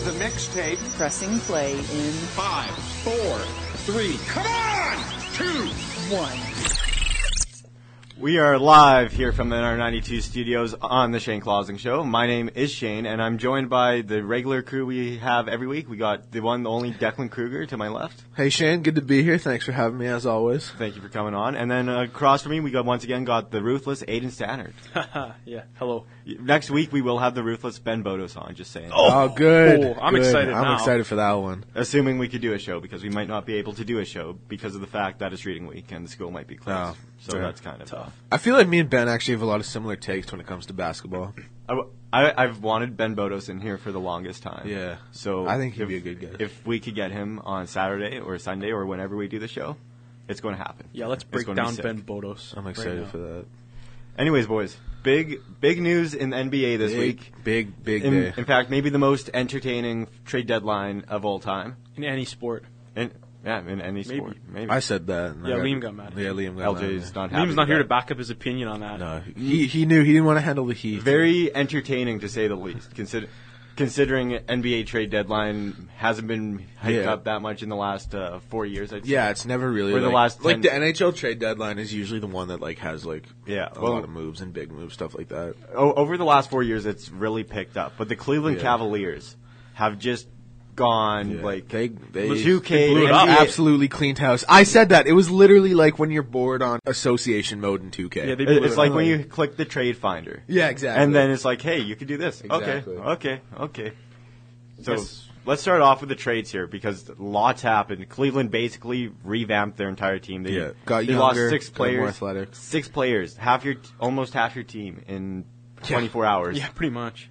the mixtape. Pressing play in Five, four, three. Come on! Two. one. We are live here from the NR92 studios on the Shane Clausing Show. My name is Shane, and I'm joined by the regular crew we have every week. We got the one, the only Declan Kruger to my left. Hey Shane, good to be here. Thanks for having me as always. Thank you for coming on. And then uh, across from me, we got once again got the ruthless Aiden Stannard. yeah. Hello. Next week, we will have the ruthless Ben Bodos on. Just saying. Oh, good. Oh, I'm Good. excited I'm now. excited for that one. Assuming we could do a show because we might not be able to do a show because of the fact that it's reading week and the school might be closed. Oh, so sure. that's kind of tough. I feel like me and Ben actually have a lot of similar takes when it comes to basketball. I, w- I, have wanted Ben Bodos in here for the longest time. Yeah. So I think he'd if- be a good guest. If we could get him on Saturday or Sunday or whenever we do the show, it's going to happen. Yeah, let's It's break gonna be down sick. Ben Bodos. I'm right excited now. for that. Anyways, boys, big big news in the NBA this big, week. big, big In, day. in fact, maybe the most entertaining trade deadline of all time. in any sport. And yeah, in any Maybe. sport. Maybe. I said that. and I Yeah, Liam got mad at Yeah, Liam got mad. LJ's not happy. Liam's not with here to that. back up his opinion on that. No, he he knew he didn't want to handle the heat. Very entertaining to say the least. Consider. Considering NBA trade deadline hasn't been hyped Yeah. up that much in the last uh, four years, I'd say. Yeah, it's never really We're the like, last like 10 the NHL trade deadline is usually the one that like has like Yeah, a well- lot of moves and big moves stuff like that. o- over the last four years, it's really picked up. But the Cleveland Yeah. Cavaliers have just gone Yeah, like they they 2K blew NBA. it up. absolutely cleaned house. I said that it was literally like when you're bored on association mode in 2K. Yeah, they blew it- it It's up. like when you click the trade finder, yeah, exactly. and then it's like, hey, you can do this. Exactly. Okay, okay, okay. So Yes. let's start off with the trades here because lots happened. Cleveland basically revamped their entire team. They, Yeah, got they lost younger, six got more players, athletic. six players, half your t- almost half your team in 24 hours. Yeah, pretty much.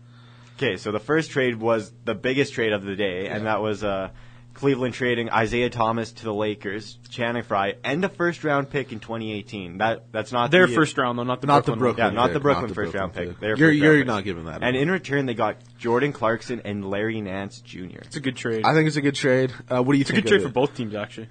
Okay, so the first trade was the biggest trade of the day, and that was uh, Cleveland trading Isaiah Thomas to the Lakers, Channing Frye, and a first round pick in 2018. That that's not Their the, first round though, not the not the Brooklyn Brooklyn, yeah, not pick, the Brooklyn first round pick. Their You're first you're round not pick. giving that. And up. in return, they got Jordan Clarkson and Larry Nance Jr. It's a good trade. I think it's a good trade. Uh, what do you it's a think? good trade of for it? both teams actually.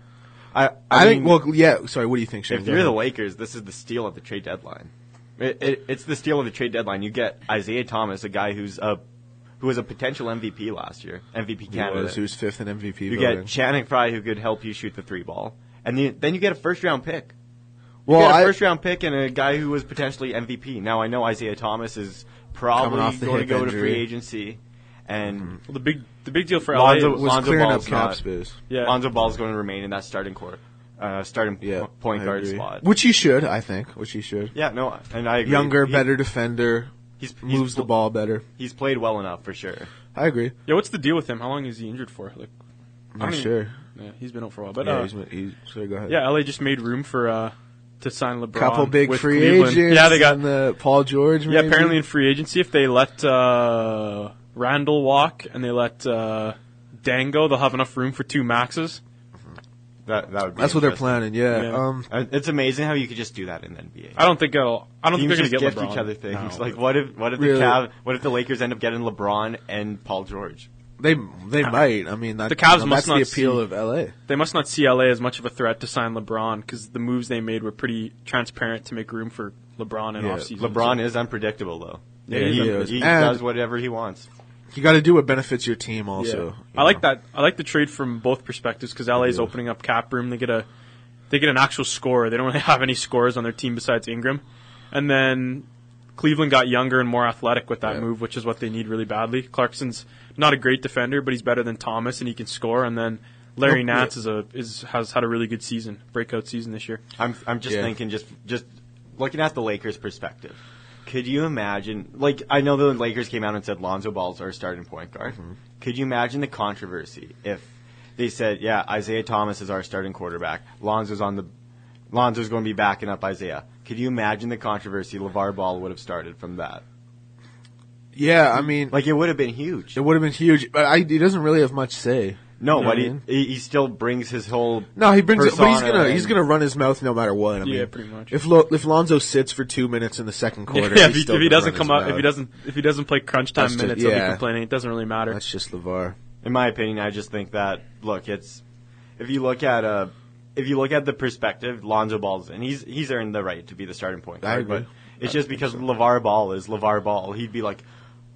I, I, I, mean, think. Well, yeah. Sorry. What do you think, Shane? if you're the Lakers, this is the steal of the trade deadline. It, it, it's the steal of the trade deadline. You get Isaiah Thomas, a guy who's a who was a potential MVP last year, MVP He candidate. was, who's fifth in MVP You voting. get Channing Frye, who could help you shoot the three ball, and the, then you get a first round pick. You well, get a I, first round pick and a guy who was potentially MVP. Now I know Isaiah Thomas is probably Coming off the going to hip go to injury. Mm-hmm. free agency, and Well, the big the big deal for Lonzo- LA is- was Lonzo clearing up Ball's cap not- space. yeah, Lonzo Ball's going to remain in that starting court, uh, starting Yeah, po- point I guard agree. spot. Which he should, I think. Which he should. yeah, no, and I agree. Younger, He- better defender. He's, he's moves the pl- ball better. He's played well enough for sure. I agree. yeah. What's the deal with him? How long is he injured for? Like, I'm not I don't even- sure. yeah, he's been out for a while. But yeah, uh, he's, he's, sorry, go ahead. yeah, LA just made room for uh, to sign LeBron. couple big with free Cleveland. agents. Yeah, they got and the Paul George. Yeah, maybe. apparently in free agency, if they let uh, Randall walk and they let uh, Dango, they'll have enough room for two maxes. That that would be that's what they're interesting. planning. Yeah. Yeah. Um, Uh, It's amazing how you could just do that in the NBA. I don't think it'll. I don't Teams think just they're gonna gift get LeBron. each other things. No. Like what if what if Really? the Cav, what if the Lakers end up getting LeBron and Paul George? they they might. I mean, that, Ah. The Cavs you know, must that's not the appeal see- of LA. they must not see LA as much of a threat to sign LeBron because the moves they made were pretty transparent to make room for LeBron in Yeah, offseason. LeBron is unpredictable though. Yeah, he, he he, is. And- does whatever he wants. You got to do what benefits your team. Yeah. Also, I like that. I like the trade from both perspectives because LA is Yeah. opening up cap room. They get a they get an actual scorer. They don't really have any scorers on their team besides Ingram, and then Cleveland got younger and more athletic with that Yeah. move, which is what they need really badly. Clarkson's not a great defender, but he's better than Thomas and he can score. And then Larry Oh, Nance is a is has had a really good season, breakout season this year. I'm I'm just Yeah. thinking just just looking at the Lakers perspective. Could you imagine like I know the Lakers came out and said Lonzo Ball's our starting point guard. Mm-hmm. Could you imagine the controversy if they said, "Yeah, Isaiah Thomas is our starting quarterback. Lonzo's on the Lonzo's going to be backing up Isaiah." Could you imagine the controversy LeVar Ball would have started from that? Yeah, I mean, Like it would have been huge. it would have been huge, but I, he doesn't really have much say. No, You know but what I he, mean? he he still brings his whole. No, he brings, it, but he's persona gonna he's and- gonna run his mouth no matter what. I Yeah, mean, pretty much. If Lo, if Lonzo sits for two minutes in the second quarter, yeah, he's if he, still if he gonna doesn't run come his out, if he mouth. doesn't if he doesn't play crunch time That's just- minutes, he'll yeah. be complaining. It doesn't really matter. that's just Levar. In my opinion, I just think that look, it's if you look at uh if you look at the perspective, Lonzo Ball's and he's he's earned the right to be the starting point I guard, agree. but it's just because LeVar Ball is LeVar Ball. He'd be like,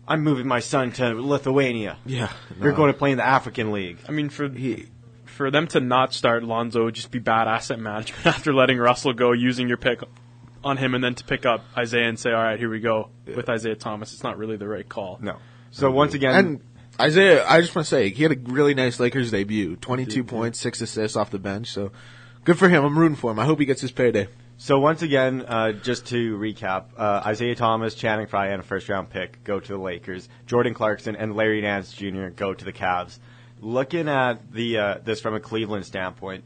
I'm moving my son to Lithuania. Yeah, You're going to play in the African League. I mean, for He, for them to not start Lonzo would just be bad asset management after letting Russell go, using your pick on him, and then to pick up Isaiah and say, "All right, here we go with Isaiah Thomas." It's not really the right call. No. So once again, and Isaiah, I just want to say he had a really nice Lakers debut. Twenty-two points, six assists off the bench. So good for him. I'm rooting for him. I hope he gets his payday. so once again, uh, just to recap, uh, Isaiah Thomas, Channing Frye, and a first round pick go to the Lakers. Jordan Clarkson and Larry Nance Jr. go to the Cavs. Looking at the uh, this from a Cleveland standpoint,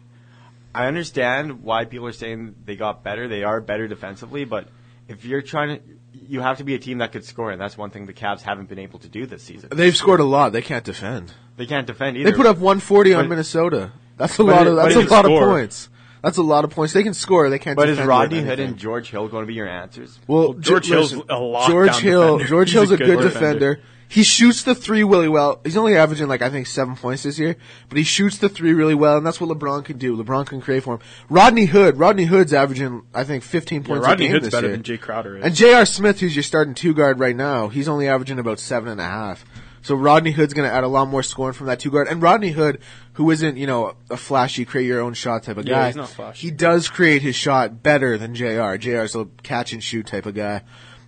I understand why people are saying they got better. They are better defensively, but if you're trying to, you have to be a team that could score, and that's one thing the Cavs haven't been able to do this season. They've scored a lot. They can't defend. They can't defend either. They put up 140 on But- Minnesota. That's a lot it- of. but That's it a can lot score. of points. That's a lot of points. They can score. They can't. But is defend with Rodney Hood anything. and George Hill going to be your answers? Well, George Ge- Hill's listen, a lockdown George Hill, defender. George He's Hill's a a, good good, defender. defender. He shoots the three really well. He's only averaging like I think seven points this year, but he shoots the three really well, and that's what LeBron can do. LeBron can create for him. Rodney Hood, Rodney Hood's averaging I think fifteen Yeah, points. a Rodney game Hood's this better year. than Jay Crowder is. And J.R. Smith, who's your starting two guard right now, he's only averaging about seven and a half. So Rodney Hood's going to add a lot more scoring from that two guard. And Rodney Hood, who isn't, you know, a flashy, create your own shot type of Yeah, guy, he's not flashy. he does create his shot better than J.R. J.R.'s a catch and shoot type of guy.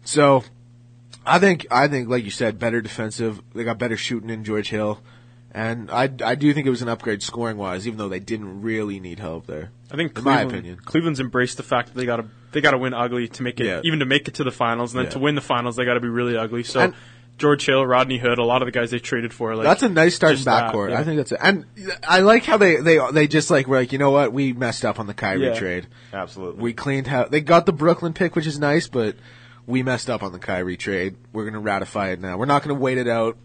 So I think, I think, like you said, better defensive. They got better shooting in George Hill. And I, I do think it was an upgrade scoring wise, even though they didn't really need help there. I think in my Cleveland, opinion. Cleveland's embraced the fact that they got to they got to win ugly to make it Yeah. even to make it to the finals, and then Yeah. to win the finals they got to be really ugly. So And- George Hill, Rodney Hood, a lot of the guys they traded for, like that's a nice starting just that, backcourt. yeah. I think that's it. And I like how they they they just like were like, you know what, we messed up on the Kyrie Yeah. trade. Absolutely. We cleaned how they got the Brooklyn pick, which is nice, but we messed up on the Kyrie trade. We're gonna ratify it now. We're not gonna wait it out.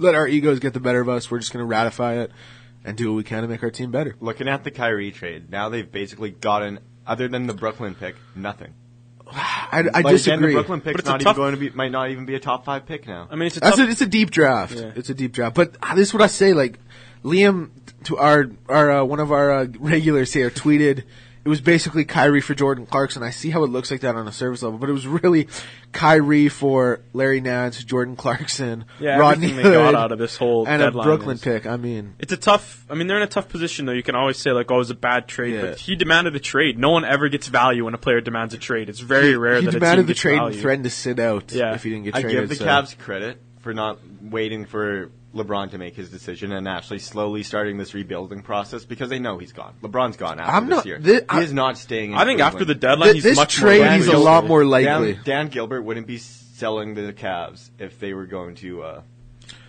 Let our egos get the better of us. We're just gonna ratify it and do what we can to make our team better. Looking at the Kyrie trade, now they've basically gotten, other than the Brooklyn pick, nothing. I, I Like, again, disagree. the Brooklyn pick's But it's a not tough- even going to be, might not even be a top five pick now. I mean, it's a That's tough, a, it's a deep draft. Yeah. It's a deep draft. But uh, this is what I say. Like Liam, to our our uh, one of our uh, regulars here tweeted. It was basically Kyrie for Jordan Clarkson. I see how it looks like that on a service level, but it was really Kyrie for Larry Nance, Jordan Clarkson, Yeah, Rodney everything they got Hood, out of this whole and a deadline Brooklyn is- pick. I mean, it's a tough. I mean, they're in a tough position though. You can always say like, "Oh, it was a bad trade," Yeah. but he demanded a trade. No one ever gets value when a player demands a trade. It's very rare he that a team demanded the gets trade value. and threatened to sit out Yeah. if he didn't get I traded. give the so- Cavs credit for not waiting for LeBron to make his decision and actually slowly starting this rebuilding process because they know he's gone. LeBron's gone after I'm this not- year. thi- he I- is not staying. In I think Cleveland. after the deadline, Th- he's this much trade, more he's a valuable. lot more likely. Dan, Dan Gilbert wouldn't be selling the Cavs if they were going to. Uh,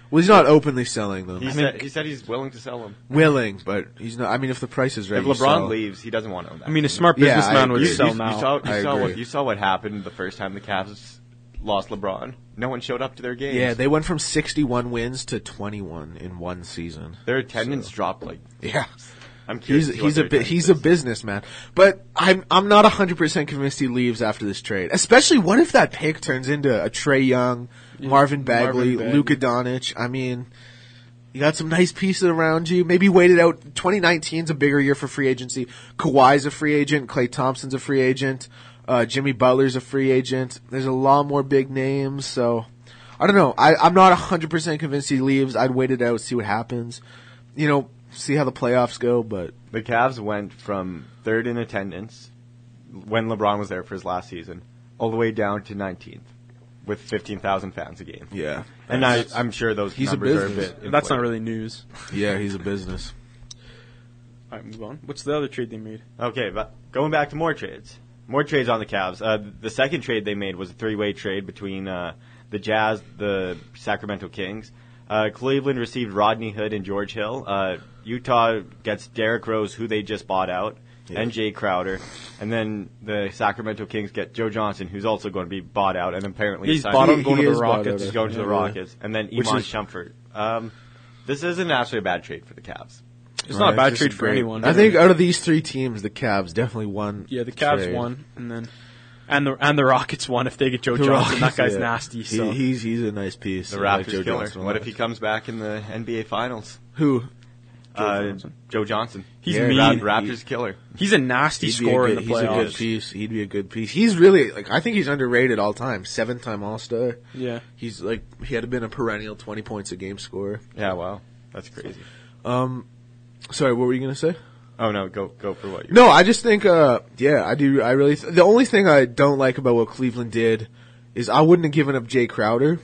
well, he's not openly selling them. he He's said he said he's willing to sell them. willing, but he's not. I mean, if the price is right, If you LeBron sell. leaves, he doesn't want to own that. I mean, a smart Yeah, I businessman would agree. sell you, now. You saw, you I saw agree. what you saw what happened the first time the Cavs lost LeBron. No one showed up to their games. Yeah, they went from 61 wins to 21 in one season. their attendance dropped. Like Yeah. I'm curious. to He's see what he's a their bi- attendance he's a is. businessman, but I'm I'm not hundred percent convinced he leaves after this trade. Especially what if that pick turns into a Trey Young, Marvin Bagley, Bagley. Luka Doncic? I mean, you got some nice pieces around you. Maybe wait it out. 2019's a bigger year for free agency. Kawhi's a free agent. Clay Thompson's a free agent. Uh, Jimmy Butler's a free agent. There's a lot more big names. So I don't know. I, I'm not 100% convinced he leaves. I'd wait it out, see what happens. You know, see how the playoffs go. But The Cavs went from third in attendance when LeBron was there for his last season, all the way down to 19th with 15,000 fans a game. yeah, And I, I'm sure those He's a numbers are a business. bit. That's not inflated. really news. yeah, he's a business. All right, move on. What's the other trade they made? Okay, but going back to more trades. More trades on the Cavs. Uh, the second trade they made was a three-way trade between uh, the Jazz, the Sacramento Kings. Uh, Cleveland received Rodney Hood and George Hill. Uh, Utah gets Derrick Rose, who they just bought out, and Jay Crowder. And then the Sacramento Kings get Joe Johnson, who's also going to be bought out, and apparently He's signed- bought He- out, going he to the is bought Rockets. out. He's going to the Yeah. Rockets, and then Which Iman is- Shumpert. Um, this isn't actually a bad trade for the Cavs. It's not a bad trade for great. anyone. I think out of these three teams, the Cavs definitely won. Yeah, the Cavs trade. won, and then and the and the Rockets won if they get Joe The Johnson. Rockets, that guy's yeah. nasty. He- So he's he's a nice piece. The I like Raptors Joe killer. Johnson a What lot. if he comes back in the NBA Finals? who uh, Johnson. Joe Johnson. He's Ra- mean. Raptors killer. He's a nasty He'd be a scorer good- in the he's a good playoffs. piece. He'd be a good piece. He's really like I think he's underrated all time. Seven time All Star. Yeah. He's like he had been a perennial twenty points a game scorer. Yeah, wow, that's crazy. Sorry, what were you gonna say? Oh no, go go for what you. No, I just think, uh, yeah, I do. I really. Th- the only thing I don't like about what Cleveland did is I wouldn't have given up Jay Crowder.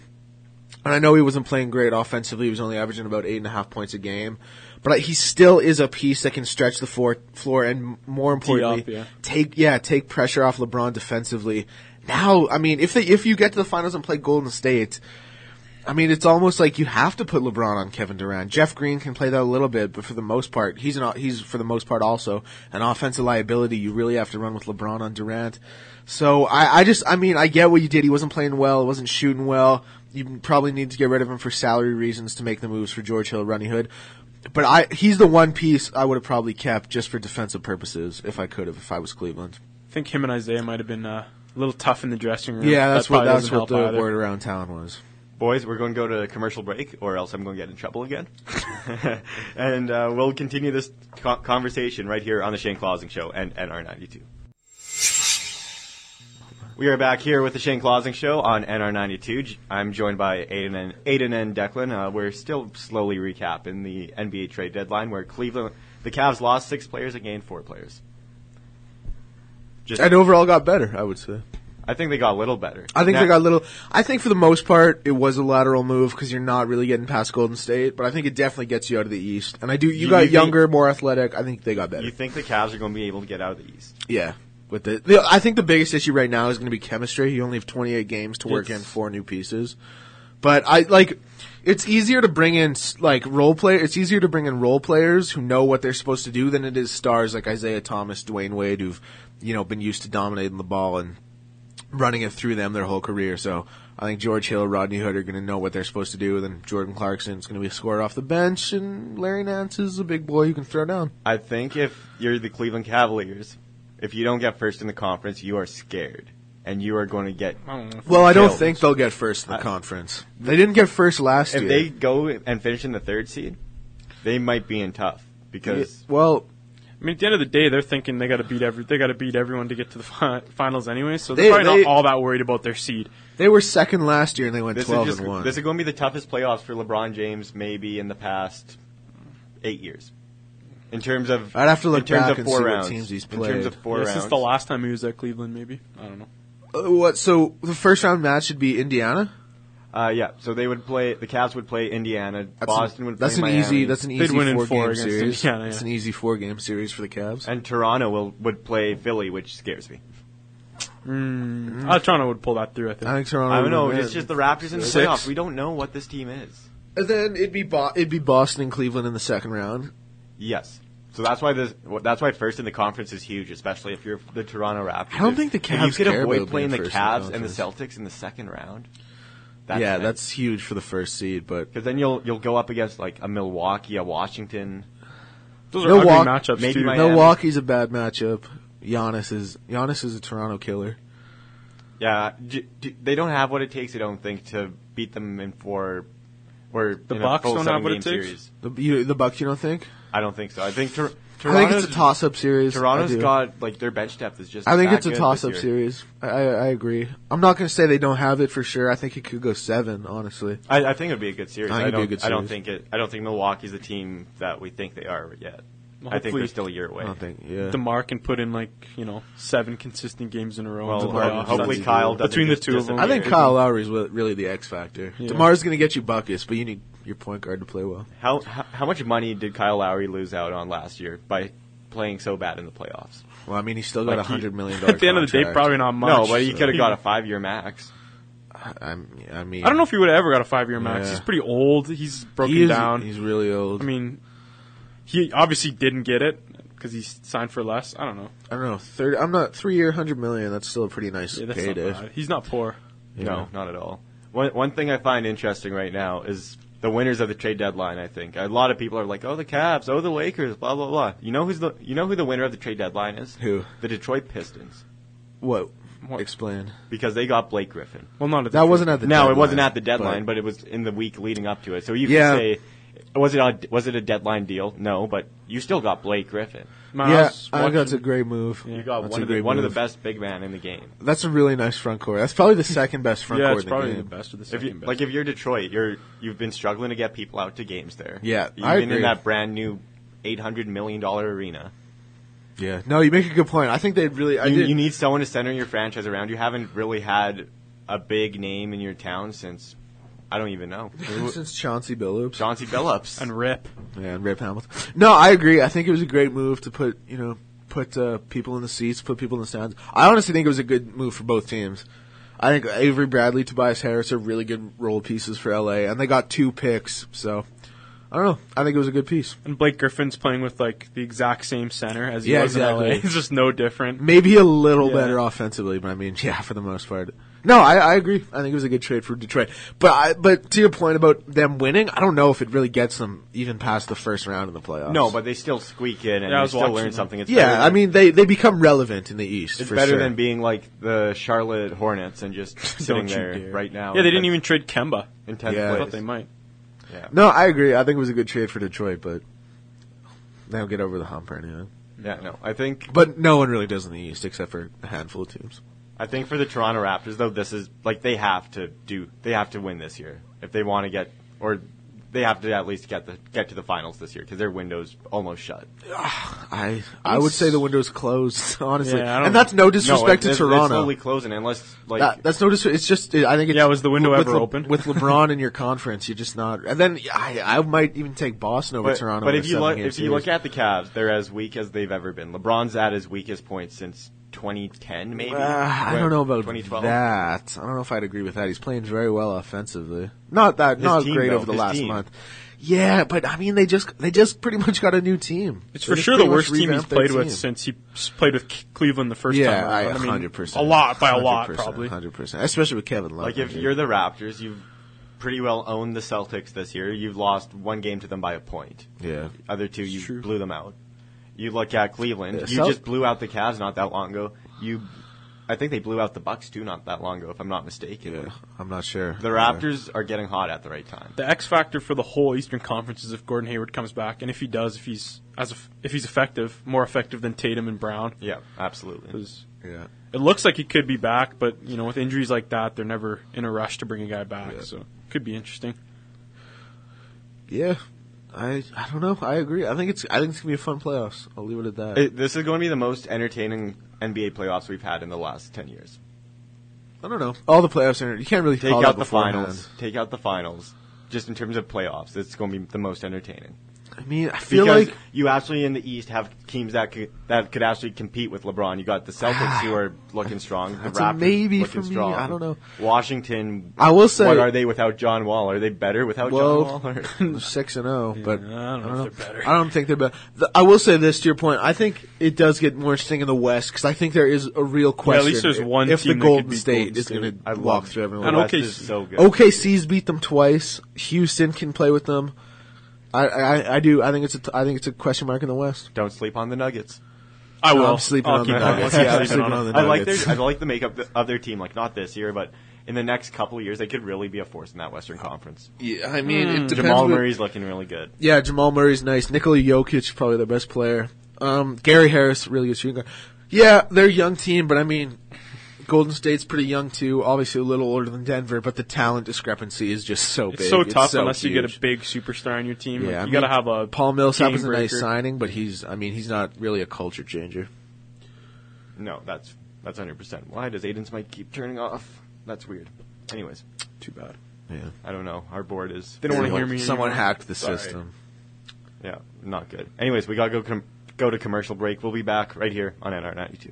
And I know he wasn't playing great offensively. He was only averaging about eight and a half points a game, but I, he still is a piece that can stretch the floor, floor, and m- more importantly, yeah. take yeah, take pressure off LeBron defensively. Now, I mean, if they if you get to the finals and play Golden State, I mean, it's almost like you have to put LeBron on Kevin Durant. Jeff Green can play that a little bit, but for the most part, he's an he's for the most part also an offensive liability. You really have to run with LeBron on Durant. So I, I just I mean I get what you did. He wasn't playing well. Wasn't shooting well. You probably need to get rid of him for salary reasons to make the moves for George Hill, Runny Hood. But I he's the one piece I would have probably kept just for defensive purposes if I could have if I was Cleveland. I think him and Isaiah might have been uh, a little tough in the dressing room. Yeah, that's that what probably that's doesn't what the help either. word around town was. Boys, we're going to go to a commercial break, or else I'm going to get in trouble again. and uh, we'll continue this co- conversation right here on the Shane Clausing Show and NR92. We are back here with the Shane Clausing Show on NR92. J- I'm joined by Aiden and, Aiden and Declan. Uh, we're still slowly recapping the NBA trade deadline, where Cleveland, the Cavs lost six players and gained four players. Just, And overall got better, I would say. I think they got a little better. I think Now- they got a little. I think for the most part, it was a lateral move because you're not really getting past Golden State, but I think it definitely gets you out of the East. And I do. You, You- got you think- younger, more athletic. I think they got better. You think the Cavs are going to be able to get out of the East? yeah. With the, the, I think the biggest issue right now is going to be chemistry. You only have 28 games to work It's- in four new pieces, but I like. It's easier to bring in s- like role player. It's easier to bring in role players who know what they're supposed to do than it is stars like Isaiah Thomas, Dwayne Wade, who've you know been used to dominating the ball and running it through them their whole career. So I think George Hill, Rodney Hood are going to know what they're supposed to do. Then Jordan Clarkson is going to be scored off the bench, and Larry Nance is a big boy who can throw down. I think if you're the Cleveland Cavaliers, if you don't get first in the conference, you are scared, and you are going to get. I don't know. Well, I don't Killed. think they'll get first in the I- conference. They didn't get first last If year. they go and finish in the third seed, they might be in tough because well, I mean, at the end of the day, they're thinking they got to beat every they got to beat everyone to get to the fi- finals anyway. So they're They- probably they- not all that worried about their seed. they were second last year and they went this is twelve just and one. this is going to be the toughest playoffs for LeBron James maybe in the past eight years. In terms of, I'd have to look in terms back of and four see what rounds. teams he's In terms played. of four Yeah, rounds, Since the last time he was at Cleveland, maybe I don't know. Uh, what? So the first round match should be Indiana. uh, yeah. So they would play. The Cavs would play Indiana. That's Boston an, would play That's an Miami. easy. That's an They'd easy win in four, four game against series. Indiana, yeah. It's an easy four game series for the Cavs. and Toronto will would play Philly, which scares me. Mm. Uh, Toronto would pull that through. I think. I think Toronto. I don't would know. win. It's just the Raptors in the Six. playoffs. We don't know what this team is. And then it'd be Bo- it'd be Boston and Cleveland in the second round. Yes. So that's why this. That's why first in the conference is huge, especially if you're the Toronto Raptors. I don't think the If Cavs You could care avoid about playing the being first Cavs in the and the Celtics in the second round. yeah, that's huge for the first seed, but because then you'll you'll go up against like a Milwaukee, a Washington. Those No are ugly walk- matchups maybe too. my- Miami. Milwaukee's a bad matchup. Giannis is Giannis is a Toronto killer. Yeah, j- d- they don't have what it takes. I don't think to beat them in four. Or the Bucks don't have what it takes? Series. The you, the Bucks, you don't think? I don't think so. I think Tor- I think Toronto's, it's a toss up series. I Toronto's do. got like their bench depth is just. I think that it's a good this toss up year. series. I, I I agree. I'm not going to say they don't have it for sure. I think it could go seven. Honestly, I, I think it would be a good series. I I, think don't. it'd be a good I don't series. think it. I don't think Milwaukee's the team that we think they are yet. I think Hopefully- they're still a year away. I don't think. Yeah. DeMar can put in like you know seven consistent games in a row. Well, in the well, playoffs. hopefully That's- Kyle doesn't between the just two of them. I think disappear. Kyle Lowry's wi- really the X factor. Yeah. Demar's going to get you buckets, but you need your point guard to play well. How, how how much money did Kyle Lowry lose out on last year by playing so bad in the playoffs? Well, I mean, he's still got a Like he- hundred million dollars. at the end of the day, probably not much. no, but he so- could have got a five year max. I'm, I mean, I don't know if he would have ever got a five-year max. Yeah. He's pretty old. He's broken he is, down. He's really old. I mean, he obviously didn't get it because he signed for less. I don't know. I don't know. Thirty. I'm not three year, hundred million. That's still a pretty nice Yeah, that's not payday. bad. He's not poor. Yeah. No, not at all. One one thing I find interesting right now is the winners of the trade deadline. I think a lot of people are like, "Oh, the Cavs, oh, the Lakers, blah blah blah." You know who's the you know who the winner of the trade deadline is? Who? The Detroit Pistons What? What? Explain. because they got Blake Griffin. Well, not at the That wasn't at the no, deadline, it wasn't at the deadline, but, it was in the week leading up to it. So you Yeah. could say was it a, was it a deadline deal? No, but you still got Blake Griffin. Man, I Yeah, was I think watching- that's a great move. You got That's one a of the great one of move. the best big man in the game. That's a really nice front court. That's probably the second best front yeah, court it's in the probably game. the best of the If second you, best. like if you're Detroit, you're you've been struggling to get people out to games there. Yeah, even I agree. in that brand new eight hundred million dollar arena, Yeah, no, you make a good point. I think they'd really. I you, did. you need someone to center your franchise around. You haven't really had a big name in your town since I don't even know since Chauncey Billups Chauncey Billups. and rip. yeah, and Rip Hamilton. No, I agree. I think it was a great move to put you know put uh, people in the seats, put people in the stands. I honestly think it was a good move for both teams. I think Avery Bradley, Tobias Harris are really good role pieces for LA, and they got two picks. So I don't know. I think it was a good piece. And Blake Griffin's playing with like the exact same center as he Yeah, was exactly. in LA. It's just no different. Maybe a little Yeah. better offensively, but I mean, yeah, for the most part. No, I, I agree. I think it was a good trade for Detroit. But I, but to your point about them winning, I don't know if it really gets them even past the first round of the playoffs. no, but they still squeak in and Yeah, I they was still watching learn them. something. It's better yeah, than- I mean, they, they become relevant in the East. it's for better sure. than being like the Charlotte Hornets and just sitting Don't you there dare. right now. Yeah, they didn't in even trade Kemba. intense Yeah. I place. thought they might. Yeah. No, I agree. I think it was a good trade for Detroit, but they don't get over the hump or anything. yeah, no, I think But no one really does in the East except for a handful of teams. I think for the Toronto Raptors though, this is like they have to do they have to win this year if they want to get or they have to at least get the get to the finals this year because their window's almost shut. I I would say the window's closed, honestly, Yeah, I don't- and that's no no, it's- disrespect to it's Toronto. slowly closing unless like That- that's no disrespect. It's just I think it's, Yeah, was the window with ever Le- open? with LeBron in your conference? You're just not. And then yeah, I, I might even take Boston over but, Toronto. but in a if you look seven-game if you series. look at the Cavs, they're as weak as they've ever been. LeBron's at his weakest point since 2010, maybe. Uh, I don't know about 2012. that. I don't know if I'd agree with that. He's playing very well offensively. Not that not team, great though. over the His last team. month. Yeah, but I mean they just they just pretty much got a new team. It's They for just sure the pretty much worst team he's revamped their played with team. since he s- played with K- Cleveland the first yeah, time. I, around. mean, 100%. A lot by a lot, probably. Hundred percent, especially with Kevin Love. Like if injured. you're the Raptors, you've pretty well owned the Celtics this year. You've lost one game to them by a point. yeah, Other two, you true. blew them out. You look at Cleveland. Yeah, you Celt- just blew out the Cavs not that long ago. You, I think they blew out the Bucks too not that long ago, if I'm not mistaken. yeah, I'm not sure. The Raptors are getting hot at the right time. The X factor for the whole Eastern Conference is if Gordon Hayward comes back, and if he does, if he's as if, if he's effective, more effective than Tatum and Brown. Yeah, absolutely. 'Cause Yeah. it looks like he could be back, but you know, with injuries like that, they're never in a rush to bring a guy back. Yeah. So could be interesting. Yeah, I I don't know. I agree. I think it's I think it's gonna be a fun playoffs. I'll leave it at that. It- this is going to be the most entertaining NBA playoffs we've had in the last ten years. I don't know. All the playoffs are you can't really Take call out that the beforehand. finals. Take out the finals. Just in terms of playoffs, it's going to be the most entertaining. I mean, I feel Because like you actually in the East have teams that could, that could actually compete with LeBron. You got the Celtics who are looking strong. The Ah, That's a Raptors maybe looking for me. strong. I don't know. Washington. I will say- what are they without John Wall? Are they better without well, John Wall? Or, they're six and zero, but I don't know if they're better. I don't think they're better. The- I will say this to your point. I think it does get more interesting in the West because I think there is a real question. least there's one if team the that could Golden beat State Golden is going State. I to love walk through everyone. And West OKC. is so good. OKC's beat them twice. Houston can play with them. I, I, I do. I think it's a t- I think it's a question mark in the West. Don't sleep on the Nuggets. I No, will. I'm sleeping I'll on keep the that Nuggets. one. Yeah, I'm Keep it sleeping on. on the I like their Nuggets. I like the makeup of their team. Like not this year, but in the next couple of years, they could really be a force in that Western Conference. Yeah, I Hmm. mean, it depends. Jamal what- Murray's looking really good. Yeah, Jamal Murray's nice. Nikola Jokic probably their best player. Um, Gary Harris really good shooting guard. Yeah, they're a young team, but I mean, Golden State's pretty young too. Obviously, a little older than Denver, but the talent discrepancy is just so It's big. so tough unless you huge. get a big superstar on your team. Yeah, Like, I you got to mean, have a Paul Millsap game is a nice breaker. signing, but he's I mean he's not really a culture changer. No, that's that's hundred percent. Why does Aiden's mic keep turning off? That's weird. Anyways, Too bad. Yeah, I don't know. Our board is They don't wanna Someone- hear me Someone anymore. hacked the Sorry. system. Yeah, not good. Anyways, we gotta go com- go to commercial break. We'll be back right here on NR ninety two.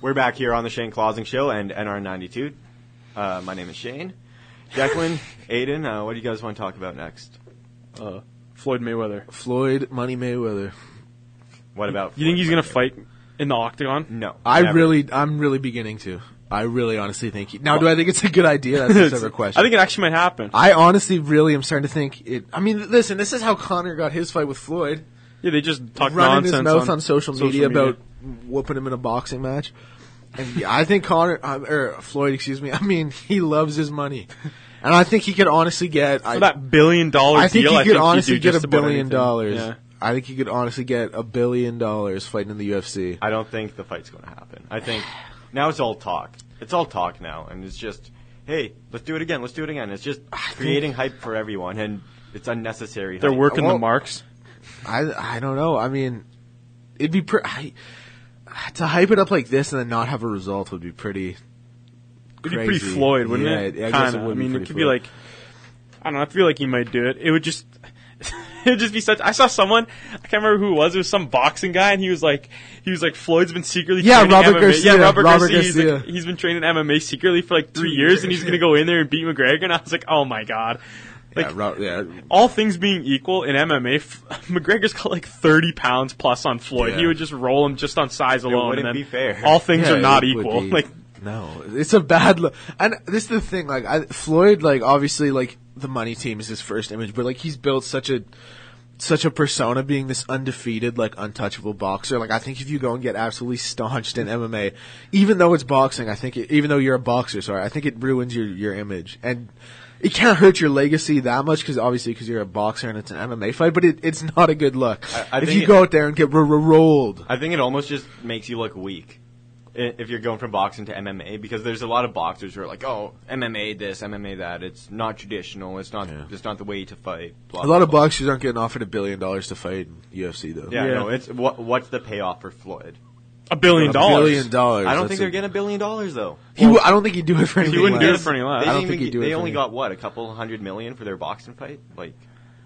We're back here on the Shane Clausing Show and NR ninety two. Uh, my name is Shane, Declan, Aiden. Uh, what do you guys want to talk about next? Uh, Floyd Mayweather. Floyd Money Mayweather. What about You think Floyd he's gonna Mayweather? fight in the octagon? No, I never. really I'm really beginning to. I really honestly think he, now do I think it's a good idea? That's a separate question. I think it actually might happen. I honestly really am starting to think it. I mean, listen, this is how Connor got his fight with Floyd, Yeah, they just talk running nonsense his mouth on, on social, media, about whooping him in a boxing match. uh, er, And yeah, I think Connor um, or Floyd, excuse me. I mean, he loves his money, and I think he could honestly get. I, For that billion dollar I think deal, he I could think honestly you do get just a about billion anything. dollars. Yeah. I think he could honestly get a billion dollars fighting in the UFC. I don't think the fight's going to happen. I think now it's all talk. It's all talk now, and it's just, hey, let's do it again. Let's do it again. It's just creating hype for everyone, and it's unnecessary. They're hype. working the won't- marks. I I don't know. I mean, it'd be pretty. To hype it up like this and then not have a result would be pretty. It'd be crazy. pretty Floyd, wouldn't Yeah, it? yeah, I Kinda. guess it would I be mean, pretty it could be Floyd. like, I don't know. I feel like he might do it. It would just, it would just be such. I saw someone, I can't remember who it was. It was some boxing guy, and he was like, he was like, Floyd's been secretly Yeah, training Robert MMA. Garcia, yeah, Robert, Robert Garcia. He's, like, Garcia. he's been training MMA secretly for like three years, and he's gonna go in there and beat McGregor. And I was like, oh my god. Like yeah, Ro- yeah, all things being equal in MMA, f- McGregor's got like 30 pounds plus on Floyd. Yeah. He would just roll him just on size alone. wouldn't and then be fair. All things Yeah, are not it would equal. be- Like no, it's a bad look. And this is the thing, like I, Floyd, like obviously, like the money team is his first image, but like he's built such a such a persona being this undefeated, like untouchable boxer. Like I think if you go and get absolutely staunched in MMA, even though it's boxing, I think it, even though you're a boxer, sorry, I think it ruins your your image and. It can't hurt your legacy that much because obviously because you're a boxer and it's an MMA fight, but it, it's not a good look. I if think you it- go out there and get r- r- rolled, I think it almost just makes you look weak i- if you're going from boxing to MMA because there's a lot of boxers who are like, oh, MMA this, MMA that. It's not traditional. It's not. It's not the way to fight. Blah, A lot blah, of blah. boxers aren't getting offered a billion dollars to fight in UFC though. Yeah, Yeah. no. It's what, what's the payoff for Floyd? a billion a dollars. billion dollars. I don't that's think a- they're getting a billion dollars though. He, w- I don't think he'd do it for anything. He wouldn't do it less. for any They, less. I didn't don't even think he'd get- do it they for only me. got what a couple hundred million for their boxing fight. Like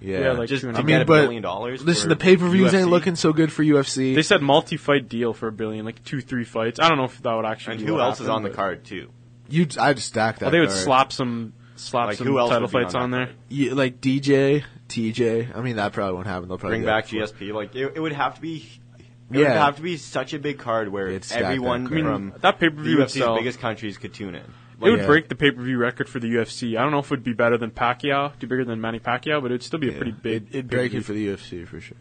Yeah, Yeah, like just two to and get a half. a I mean, but billion dollars. listen, for the pay per views ain't UFC. looking so good for UFC. They said multi-fight deal for a billion, like two, three fights. I don't know if that would actually. And be who what else is happened, on the but- card too? you, I'd stack that. Well, Oh, they would card. slap some, slap Like, some who else title would be fights on on that there. You- like DJ, TJ. I mean, that probably won't happen. They'll probably Bring do back that. GSP. Like it, it would have to be. It would Yeah. have to be such a big card where They'd stack that everyone card. I mean, from that pay the per view would UFC's sell. biggest countries could tune in. it would Yeah. break the pay-per-view record for the UFC. I don't know if it would be better than Pacquiao, be bigger than Manny Pacquiao, but it'd still be a Yeah. pretty big. It'd break it pay-per-view. for the UFC for sure.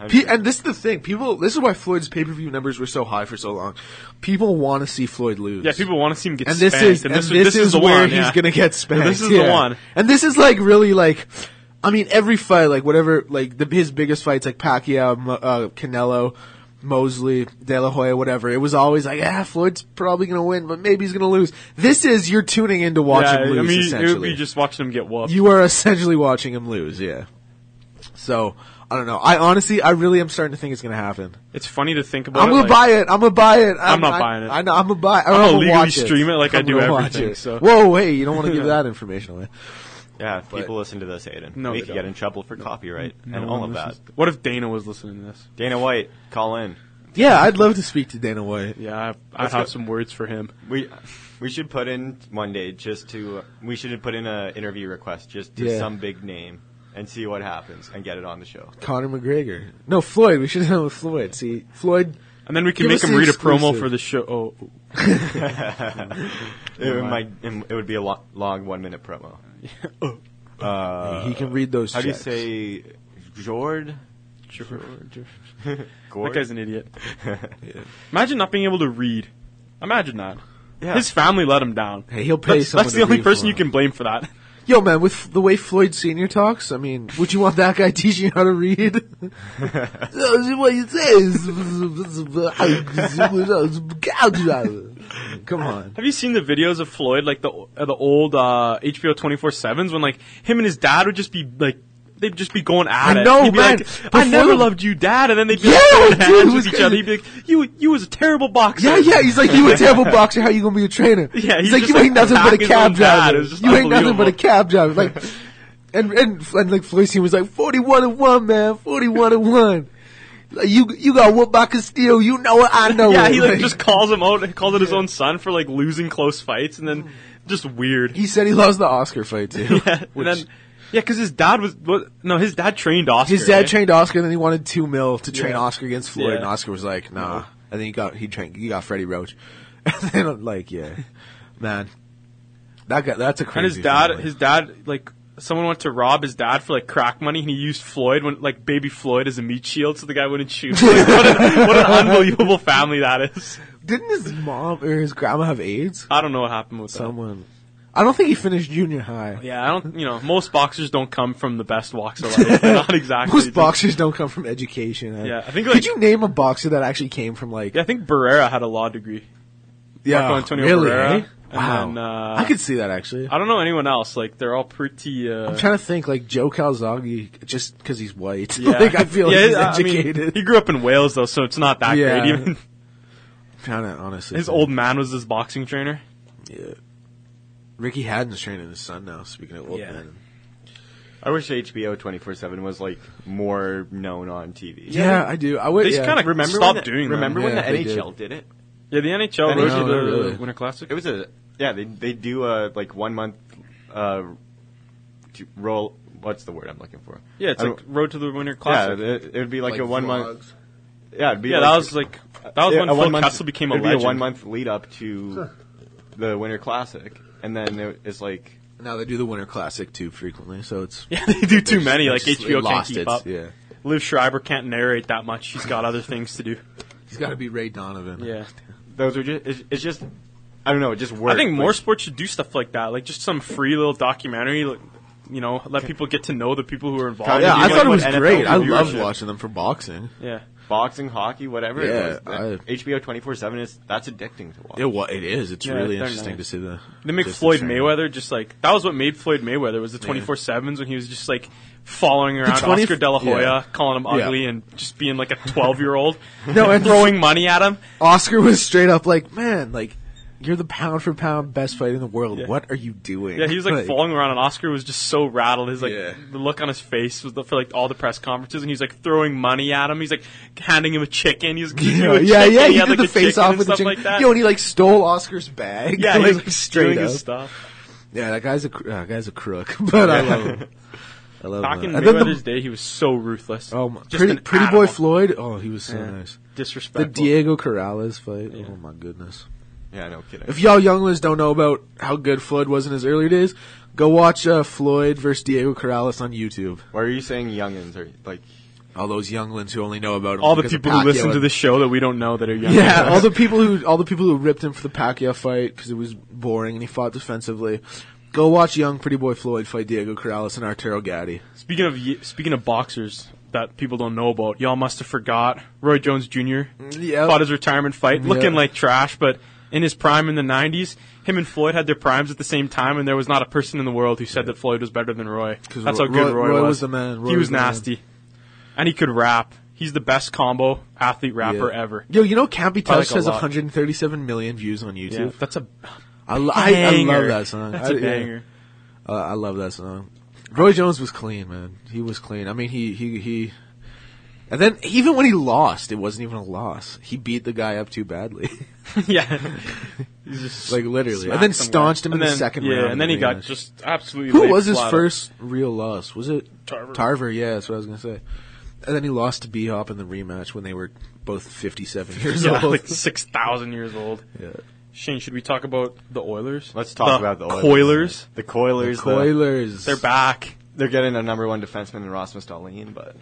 Like, Pe- and this is the thing, people. This is why Floyd's pay per view numbers were so high for so long. People want to see Floyd lose. Yeah, people want to see him get and spanked, this is and and this, this, was- this is, the where one, he's yeah. gonna get spanked. This is the yeah. one. and this is like really like, I mean, every fight, like whatever, like the his biggest fights, like Pacquiao, Mo- uh, Canelo, Mosley, De La Hoya, whatever. It was always like, ah, Floyd's probably gonna win, but maybe he's gonna lose. This is you're tuning in to watch Yeah, him lose. I mean, it essentially, would be just watching him get whooped. you are essentially watching him lose. Yeah. So I don't know. I honestly, I really am starting to think it's gonna happen. It's funny to think about. I'm it, gonna like- buy it. I'm gonna buy it. I'm not I- buying it. I know. I'm gonna buy. I'm, gonna gonna legally watch stream it like I I'm do gonna watch everything, it. so. Whoa, hey, you don't want to give that information away. yeah, if people listen to this, Aiden. No, we they could don't. get in trouble for copyright No and one all of that. listens to- What if Dana was listening to this? Dana White, call in. Yeah, I'd love to speak to Dana White. Yeah, I, I go. have some words for him. We we should put in one day just to we should put in an interview request just to Yeah. some big name and see what happens and get it on the show. Conor McGregor. No, Floyd. We should have done with Floyd. See, Floyd. And then we can Give make us him the read a promo exclusive. for the show. Oh, It might it would be a lo- long one minute promo. he can read those. How do you checks. say Jord? that Gord? guy's an idiot. Imagine not being able to read. Imagine that. Yeah. His family let him down. Hey, he'll pay That's, someone. that's to the only read for person you him. can blame for that. Yo, man, with the way Floyd Senior talks, I mean, would you want that guy teaching you how to read? No, see what you say is- Come on. Have you seen the videos of Floyd, like the uh, the old uh, HBO 24 sevens, when like him and his dad would just be like. They'd just be going at I it. know, He'd be man. Like, Before I never the- loved you, Dad. And then they'd be Yeah, like, throwing dude, it hands was with each crazy. other. He'd be like, "You, you was a terrible boxer." Yeah, yeah. He's like, you a terrible boxer. How you gonna be a trainer? Yeah, he's he's, like, just, you ain't like, nothing but a attacking his own cab dad. driver. It's just You ain't nothing but a unbelievable. cab driver. Like, and and and like Felicia was like, forty-one and one, man, forty-one and one. Like, you you got whooped by Castillo. You know it. I know Yeah, it. he like just calls him out. He calls out his own son for like losing close fights, and then just weird. He said he loves the Oscar fight too. Yeah, and then yeah, because his dad was what, no, his dad trained Oscar. His dad right? trained Oscar, and then he wanted two mil to train Yeah. Oscar against Floyd, Yeah. and Oscar was like, "Nah." And then he got he trained he got Freddie Roach, and then like, yeah, man, that guy that's a crazy. and his dad. family. His dad like someone went to rob his dad for like crack money, and he used Floyd when like baby Floyd as a meat shield, so the guy wouldn't shoot. Like, what, an, what an unbelievable family that is. Didn't his mom or his grandma have AIDS? I don't know what happened with that. Someone. I don't think he finished junior high. Yeah, I don't. You know, most boxers don't come from the best walks of life. They're not exactly. Most boxers don't come from education. eh? Yeah, I think, Could like- you name a boxer that actually came from like? Yeah, I think Barrera had a law degree. Yeah, Marco Antonio really? Barrera. eh? And Wow, then, uh, I could see that actually. I don't know anyone else. Like they're all pretty. I'm Uh, trying to think, like Joe Calzaghe, just because he's white. yeah. like I feel Yeah, like he's I mean, educated. he grew up in Wales though, so it's not that Yeah. great. Even kind of honestly, his think. old man was his boxing trainer. Yeah. Ricky Haddon's training his son now. Speaking of old Yeah. men, I wish HBO twenty four seven was like more known on TV. yeah, I do. I would. They just yeah. kinda Remember Stop when the, doing that. Remember when Yeah, the they NHL did. it? Yeah, the NHL No, rose to not the really. Winter Classic. It was a yeah. They they do a like one month uh, to roll. What's the word I'm looking for? yeah, it's I like Road to the Winter yeah. Classic. Yeah, It, it would be like, a one month. Yeah, it'd be that was like that was yeah, when a Phil one-month- Kessel became a it'd be legend. a one month lead up to the Winter Classic, and then it- it's like Now they do the Winter Classic too frequently, so it's Yeah, they do too many. they Like just- they HBO can't lost keep it, up. Yeah, Liv Schreiber can't narrate that much. She's got other things to do. he's got to be Ray Donovan. Yeah. those are just it's, it's just I don't know. It just works. I think more sports should do stuff like that, like just some free little documentary. Like, you know, let people get to know the people who are involved. Yeah, You I get thought it what was NFL great. I love viewership. watching them for boxing. yeah. boxing, hockey, whatever. it Yeah, was. I- HBO twenty four seven is that's addicting to watch. It, wa it is. It's Yeah, really they're interesting nice. to see the. They make just the Floyd training. Mayweather just like that was what made Floyd Mayweather was the twenty four sevens when he was just like following around 20 Oscar De La Hoya, yeah. calling him ugly, Yeah. and just being like a twelve year old, No, and throwing money at him. Oscar was straight up like, man, like you're the pound for pound best fighter in the world. Yeah. What are you doing? Yeah, he was like, falling around, and Oscar was just so rattled. His like Yeah. the look on his face was the, for like all the press conferences, and he's like throwing money at him. He's like handing him a chicken. He's Yeah, yeah, yeah, he, did the face off with the stuff chicken. like that. Yo, and he like stole Oscar's bag. yeah, like, he was straight doing up. his stuff. Yeah, that guy's a cr- uh, guy's a crook, but I love him. I love Back in him. Oh, And then the- Mayweather's day, he was so ruthless. oh, my, Just pretty, an pretty boy animal. Floyd. Oh, he was so Yeah. nice. The disrespectful. Diego Corrales fight. Yeah. Oh my goodness. Yeah, no kidding. If y'all young ones don't know about how good Floyd was in his earlier days, go watch uh, Floyd versus Diego Corrales on YouTube. Why are you saying youngins are like? All those younglings who only know about him all the because of people who listen Pacquiao to and- the show that we don't know that are young. Yeah, all the people who all the people who ripped him for the Pacquiao fight because it was boring and he fought defensively. Go watch young Pretty Boy Floyd fight Diego Corrales and Arturo Gatti. Speaking of ye- speaking of boxers that people don't know about, y'all must have forgot Roy Jones Jr. Yeah. fought his retirement fight, looking Yeah. like trash, but in his prime in the '90s, him and Floyd had their primes at the same time, and there was not a person in the world who said that Floyd was better than Roy. 'Cause That's Roy- how good Roy- Roy, Roy was. was the man. Roy he was was the man. nasty, and he could rap. He's the best combo athlete rapper Yeah. ever. Yo, you know Can't Be I like Touched a has lot. 137 million views on Yeah, YouTube. that's a I, lo- I, I love banger. that song. That's I, a yeah. banger. Uh, I love that song. Roy Jones was clean, man. He was clean. I mean, he he he. And then even when he lost, it wasn't even a loss. He beat the guy up too badly, Yeah, He's just like literally. smacked And then somewhere. staunched him And in then- the second yeah, round. and then he everything got else. just absolutely. Who laid was his flat out. first real loss? Was it Tarver. Tarver? Yeah, that's what I was gonna say. And then he lost to B Hop in the rematch when they were both fifty-seven years Yeah, old. like six thousand years old. yeah. Shane, should we talk about the Oilers? Let's talk about the Oilers. Coilers. The Coilers. the, Coilers. They're back. they're getting a number one defenseman in Rasmus Dahlin, but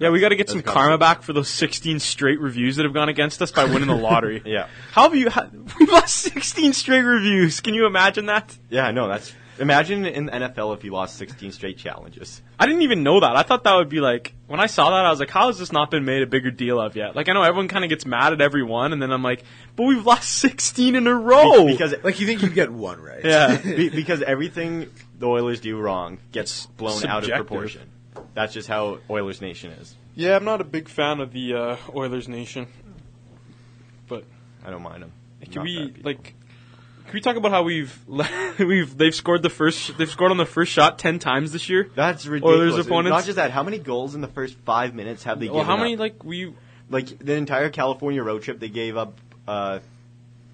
Yeah, we got to get some That's karma gossip. back for those 16 straight reviews that have gone against us by winning the lottery. Yeah. How have you? How, we've lost 16 straight reviews. Can you imagine that? yeah, no, that's imagine in the NFL if you lost 16 straight challenges. I didn't even know that. I thought that would be like when I saw that, I was like, "How has this not been made a bigger deal of yet?" Like I know everyone kind of gets mad at everyone, and then I'm like, "But we've lost 16 in a row." because like you think you'd get one right? yeah, be, because everything the Oilers do wrong gets blown out of subjective. proportion. That's just how Oilers Nation is. yeah, I'm not a big fan of the uh, Oilers Nation, but I don't mind them. Can we like? Can we talk about how we've we've they've scored the first they've scored on the first shot ten times this year? That's ridiculous. opponents? Not just that. How many goals in the first five minutes have they Well, given how many up? like we? Like the entire California road trip, they gave up uh,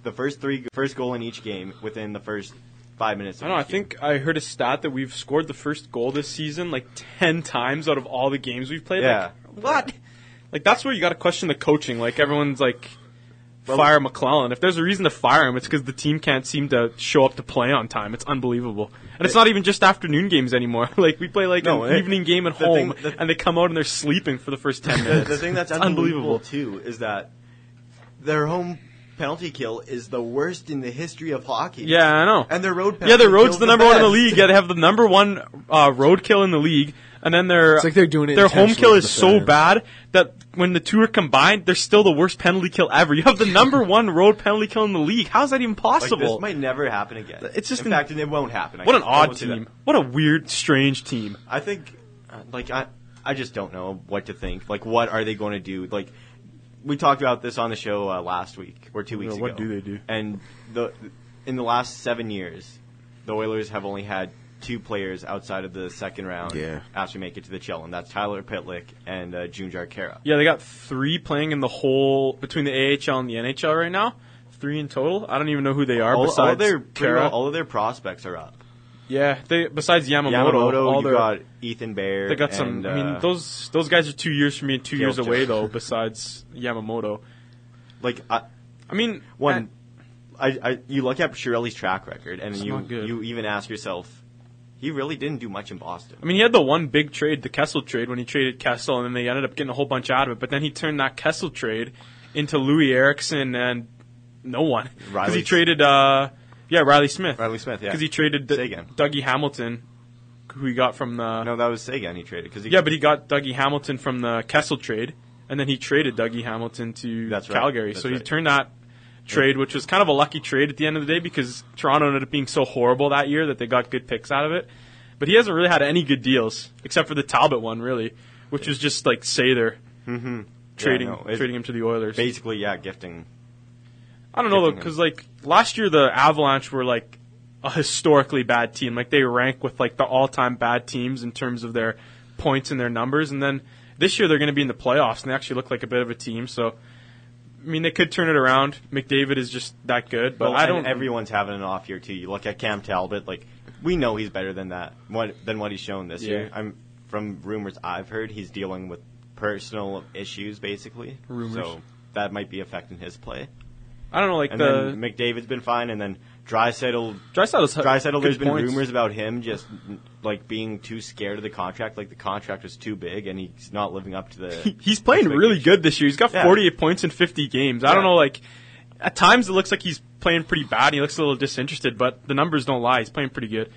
the first three first goal in each game within the first five minutes. Of I don't know. I each game. think I heard a stat that we've scored the first goal this season like ten times out of all the games we've played. Yeah. Like, what? Like that's where you got to question the coaching. Like everyone's like. Well- fire McClellan. If there's a reason to fire him, it's because the team can't seem to show up to play on time. It's unbelievable, and it's not even just afternoon games anymore. like we play like No, an it- evening game at the home, thing- the- and they come out and they're sleeping for the first ten the, minutes. the thing that's It's unbelievable, too is that their home penalty kill is the worst in the history of hockey. Yeah, I know. And their road penalty yeah, their road's kill's the number one in the best. league. Yeah, they have the number one uh, road kill in the league, and then their It's like they're doing it Their home intentionally kill for is the so fans. bad that when the two are combined, they're still the worst penalty kill ever. You have the number one road penalty kill in the league. How's that even Like, possible? this might never happen again. It's just in an- fact, and it won't happen. I what an can odd almost say that. team. What a weird, strange team. I think, uh, like, I, I just don't know what to think. Like, what are they going to do? Like, we talked about this on the show uh, last week or two weeks what ago. do they do? And the in the last seven years, the Oilers have only had two players outside of the second round Yeah. actually make it to the chill, and that's Tyler Pitlick and uh, Junjar Kara. Yeah, they got three playing in the whole between the AHL and the NHL right now. Three in total. I don't even know who they are. All, besides all of their pretty Kara. well, all of their prospects are up. yeah, they besides Yamamoto, Yamamoto, all you their got Ethan Bear. They got some. and, I mean, uh, those those guys are two years from me, and two years Guilty. away though. Besides Yamamoto, like I, I mean, one. I, I you look at Shirelli's track record, and It's you not good. you even ask yourself, he really didn't do much in Boston. I mean, he had the one big trade, the Kessel trade, when he traded Kessel, and then they ended up getting a whole bunch out of it. But then he turned that Kessel trade into Louis Erickson and no one because he Riley- traded. Uh, yeah, Riley Smith. Riley Smith, yeah, Because he traded D- Sagan. Dougie Hamilton, who he got from the. No, that was Sagan he traded because Yeah, but he got Dougie Hamilton from the Kessel trade, and then he traded Dougie Hamilton to That's right. Calgary. That's so he right. turned that trade, which was kind of a lucky trade at the end of the day because Toronto ended up being so horrible that year that they got good picks out of it. But he hasn't really had any good deals except for the Talbot one, really, which was just like Sather Mm-hmm. trading no, it- trading him to the Oilers. basically yeah, gifting. I don't know though, Different. because like last year the Avalanche were like a historically bad team. Like they rank with like the all-time bad teams in terms of their points and their numbers. And then this year they're going to be in the playoffs, and they actually look like a bit of a team. So, I mean, they could turn it around. McDavid is just that good, but Well, I and don't. Everyone's having an off year too. You look at Cam Talbot, like we know he's better than that. What than what he's shown this Yeah. year. I'm from rumors I've heard he's dealing with personal issues basically. Rumors. So that might be affecting his play. I don't know. Like And then the McDavid's been fine, and then Drysaitel Drysdale's Drysdale, good "Oh, there's been points. rumors about him just like being too scared of the contract, like the contract was too big, and he's not living up to the. He's playing really good this year. He's got Yeah. 48 points in 50 games. I don't Yeah. know, like, at times it looks like he's playing pretty bad. He looks a little disinterested, but the numbers don't lie. He's playing pretty good.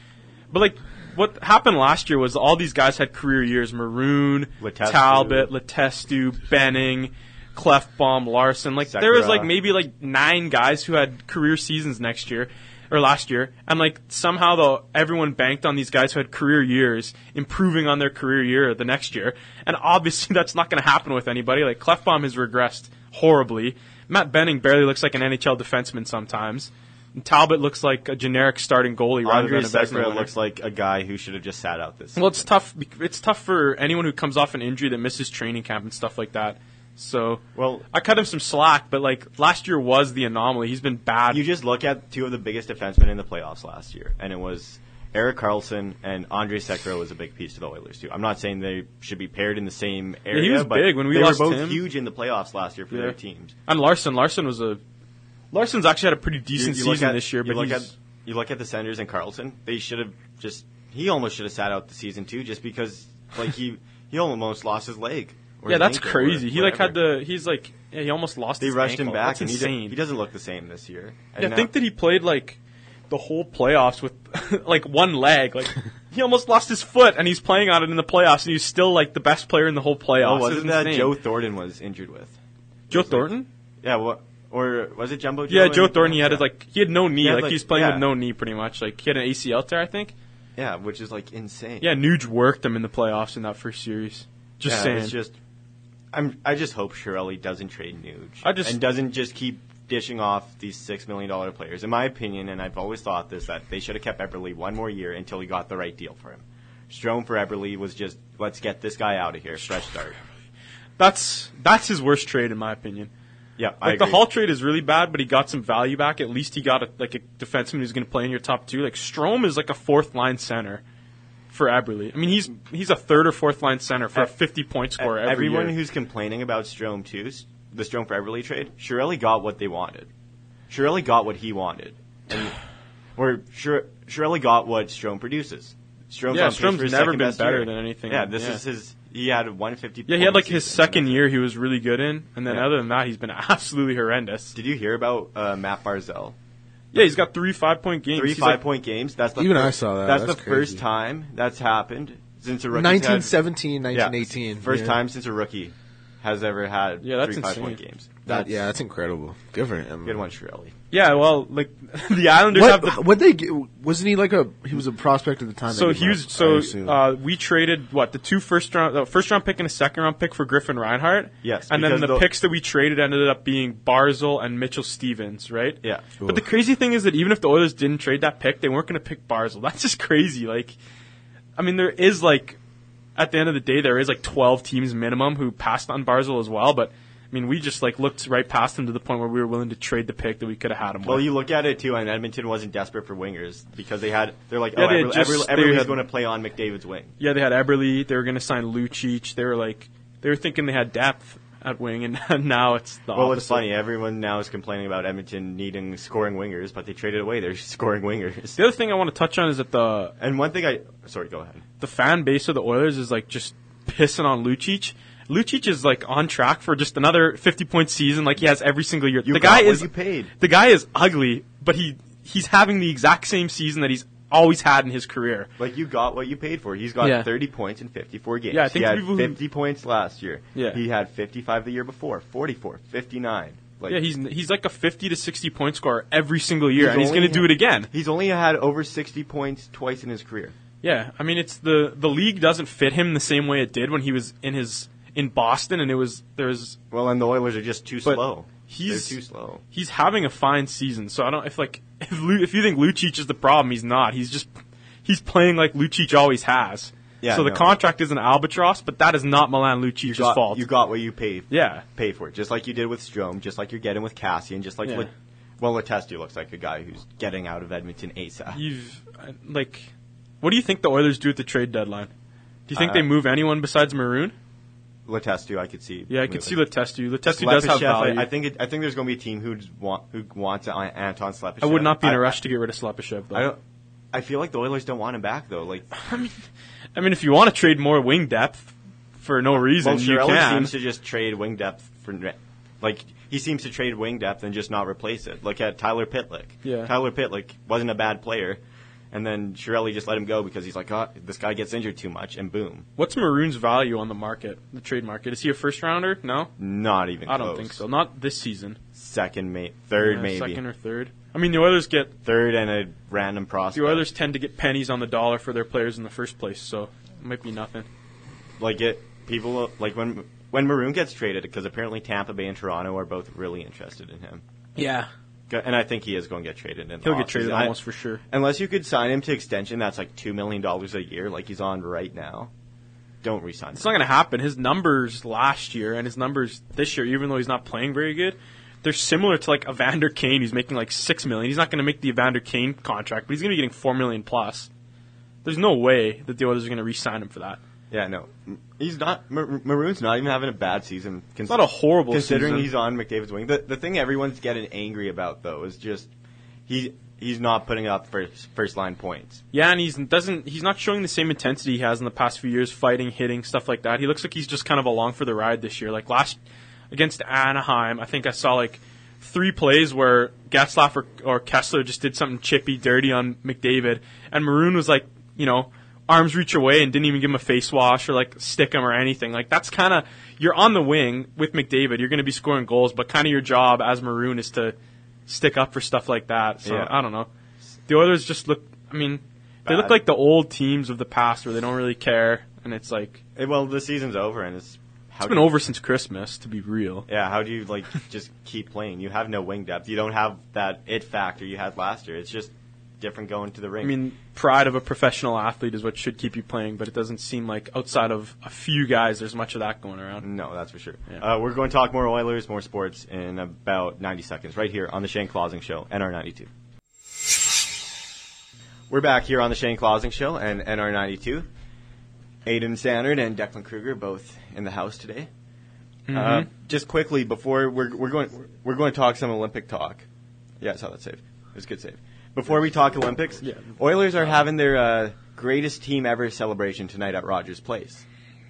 But, like, what happened last year was all these guys had career years Maroon, Letestu. Talbot, Letestu, Benning, Clefbaum, Larson. Like, there was, Sakura. like, maybe, like, nine guys who had career seasons next year. Or last year, and like somehow though everyone banked on these guys who had career years improving on their career year the next year, and obviously that's not going to happen with anybody. Like Clefbaum has regressed horribly. Matt Benning barely looks like an NHL defenseman sometimes. And Talbot looks like a generic starting goalie rather Andre than a Vesna Sekra winner. looks like a guy who should have just sat out this. Well, it's tough. bec- It's tough for anyone who comes off an injury that misses training camp and stuff like that. So, Well- I cut him some slack, but like last year was the anomaly. He's been bad. You just look at two of the biggest defensemen in the playoffs last year, and it was Eric Carlson and Andre Sekro was a big piece to the Oilers too. I'm not saying they should be paired in the same area. was but big when we they lost were both him. huge in the playoffs last year for Yeah. their teams. and Larson, Larson was a Larson's actually had a pretty decent look season at- this year, you but look he's, at you look at the Senators and Carlson. They should have just he almost should have sat out the season too, just because like he he almost lost his leg. or yeah, his that's ankle or crazy. He like had whatever. the he's like yeah, he almost lost. they his rushed him ankle. back, That's and he, insane. did, he doesn't look the same this year. And Yeah, now- I think that he played like the whole playoffs with like one leg. Like he almost lost his foot, and he's playing on it in the playoffs, and he's still like the best player in the whole oh, playoffs. wasn't It's that insane. Joe Thornton was injured with? Joe Thornton? Yeah, what or was it Jumbo? Joe Yeah, and- Joe Thornton. He had his, yeah. like he had no knee. had, like, like- he's playing yeah. with no knee, pretty much. Like he had an ACL tear, I think. yeah, which is like insane. Yeah, Nuge worked him in the playoffs in that first series. Just Yeah, saying. It's just I'm I just hope Shirelli doesn't trade Nuge. I just- and doesn't just keep dishing off these six million dollar players. In my opinion, and I've always thought this, that they should have kept Eberle one more year until he got the right deal for him. Strom for Eberle was just let's get this guy out of here, fresh start. that's that's his worst trade, in my opinion. Yeah, I Like the agree. Hall trade is really bad, but he got some value back. At least he got a, like a defenseman who's going to play in your top two. Like Strom is like a fourth line center for Eberle. I mean, he's he's a third or fourth line center for a Ev- fifty E- point scorer. Every everyone year. who's complaining about Strom too, s- the Strom for Everly trade, Shirelli got what they wanted. Shirelli got what he wanted, and, or Shire- Shirelli got what Strom produces. Strom's Yeah, on pace Strom's for his never second been best better year. than anything. Yeah, this Yeah. is his. He had 150. Yeah, he had point like his season. second year he was really good in, and then Yeah. other than that, he's been absolutely horrendous. Did you hear about uh, Matt Barzell? Yeah, he's got three five point games. Three He's, five like, point games. That's the Even first, I saw that. That's, That's the crazy. first time that's happened since a rookie. 1917, Yeah, 1918. First yeah. time since a rookie has ever had Yeah, that's three five point insane. games. That, yeah, that's incredible. Good for him. Good one, Shirley. Yeah, well, like the Islanders have What, the. what they get- wasn't he like a he was a prospect at the Oh, time. So they gave he him was up? I so assume. uh, we traded what the two first round the first round pick and a second round pick for Griffin Reinhardt. Yes, and then because the, the- picks that we traded ended up being Barzil and Mitchell Stevens, right? Yeah. But the crazy thing is that even if the Oilers didn't trade that pick, they weren't going to pick Barzil. That's just crazy. Like, I mean, there is like, at the end of the day, there is like twelve teams minimum who passed on Barzil as well. But I mean, we just like looked right past him to the point where we were willing to trade the pick that we could have had him. Well, with. you look at it too, and Edmonton wasn't desperate for wingers because they had. They're like, Yeah, oh, they had every, just- every, they everybody's had- going to play on McDavid's wing. Yeah, they had Eberle. They were going to sign Lucic. They were like, they were thinking they had depth at wing, and now it's the Well, opposite. it's funny. Everyone now is complaining about Edmonton needing scoring wingers, but they traded away their scoring wingers. The other thing I want to touch on is that the And one thing I sorry, go ahead. the fan base of the Oilers is like just pissing on Lucic. Lucic is like on track for just another fifty point season, like he has every single year. You the got guy what is you paid. The guy is ugly, but he he's having the exact same season that he's always had in his career. Like you got what you paid for. He's got Yeah. 30 points in 54 games. Yeah, I think he had people who- 50 points last year. Yeah. he had 55 the year before, 44, 59. Like Yeah, he's he's like a fifty to sixty point scorer every single year, and he's only going to do had- it again. He's only had over 60 points twice in his career. Yeah, I mean it's the the league doesn't fit him the same way it did when he was in his in Boston and it was there was Well, and the Oilers are just too But slow. he's- They're too slow. he's having a fine season. So I don't if like if Lu, if you think Lucic is the problem, he's not. He's just he's playing like Lucic always has. Yeah, so the no. contract is an albatross, but that is not Milan Lucic's got, fault. You got what you paid. Yeah. pay for it, just like you did with Strom, just like you're getting with Cassian, just like Yeah. Le, well, Letestu looks like a guy who's getting out of Edmonton ASAP. You've uh, like what do you think the Oilers do at the trade deadline? Do you think Uh, they move anyone besides Maroon? Letestu, I could see. Yeah, I moving. could see Letestu. Letestu does Lepishev, have I- value. I, I, think it, I think there's going to be a team who'd want, who wants a- Anton Slepyshev. would not be in a I- rush to get rid of Slepyshev, though. I don't. I feel like the Oilers don't want him back though. Like, I mean, if you want to trade more wing depth for no reason, well, you Chiarelli can. seems to just trade wing depth for, ne- like, he seems to trade wing depth and just not replace it. Look at Tyler Pitlick. Yeah. Tyler Pitlick wasn't a bad player, and then Chiarelli just let him go because he's like, oh, this guy gets injured too much, and boom, What's Maroon's value on the market, the trade market? Is he a first rounder? No, not even. I don't close. think so. Not this season. Second, ma- third, Yeah, maybe second or third. I mean, the Oilers get third, and a random prospect. the Oilers tend to get pennies on the dollar for their players in the first place, so it might be nothing. like it people like when when Maroon gets traded because apparently Tampa Bay and Toronto are both really interested in him. Yeah, Go- And I think he is going to get traded. In the he'll get traded offseason. I- almost for sure. unless you could sign him to extension. That's like two million dollars a year, like he's on right now. Don't resign. It's not going to happen. His numbers last year and his numbers this year, even though he's not playing very good, they're similar to like Evander Kane, who's making like six million. He's not going to make the Evander Kane contract, but he's going to be getting four million plus. There's no way that the Oilers are going to re-sign him for that. yeah, no, he's not. Mar- Maroon's not even having a bad season. It's not a horrible considering season. he's on McDavid's wing. The the thing everyone's getting angry about though is just he he's not putting up first first line points. yeah, and he's doesn't he's not showing the same intensity he has in the past few years, fighting, hitting, stuff like that. He looks like he's just kind of along for the ride this year. Like last against Anaheim, I think I saw like three plays where Getzlaff or, or Kessler just did something chippy, dirty on McDavid, and Maroon was like, you know, arms reach away and didn't even give him a face wash or like stick him or anything. Like that's kind of you're on the wing with McDavid, you're going to be scoring goals, but kind of your job as Maroon is to stick up for stuff like that. So Yeah. I don't know. The Oilers just look. I mean, they look Bad. like the old teams of the past where they don't really care, and it's like Eh, Well, the season's over and it's. How it's been do you- over since Christmas, to be real. Yeah, how do you like just keep playing? You have no wing depth. You don't have that it factor you had last year. It's just different going to the ring. I mean, pride of a professional athlete is what should keep you playing, but it doesn't seem like outside of a few guys, there's much of that going around. no, that's for sure. Yeah. Uh, we're going to talk more Oilers, more sports in about 90 seconds, right here on the Shane Clausing Show, NR92. We're back here on the Shane Clausing Show and NR92. Aiden Sandard and Declan Kruger both in the house today. Uh, just quickly before we're we're going we're going to talk some Olympic talk. Yeah, I saw that save. It was a good save. Before we talk Olympics, Yeah. Oilers are having their uh, greatest team ever celebration tonight at Rogers Place.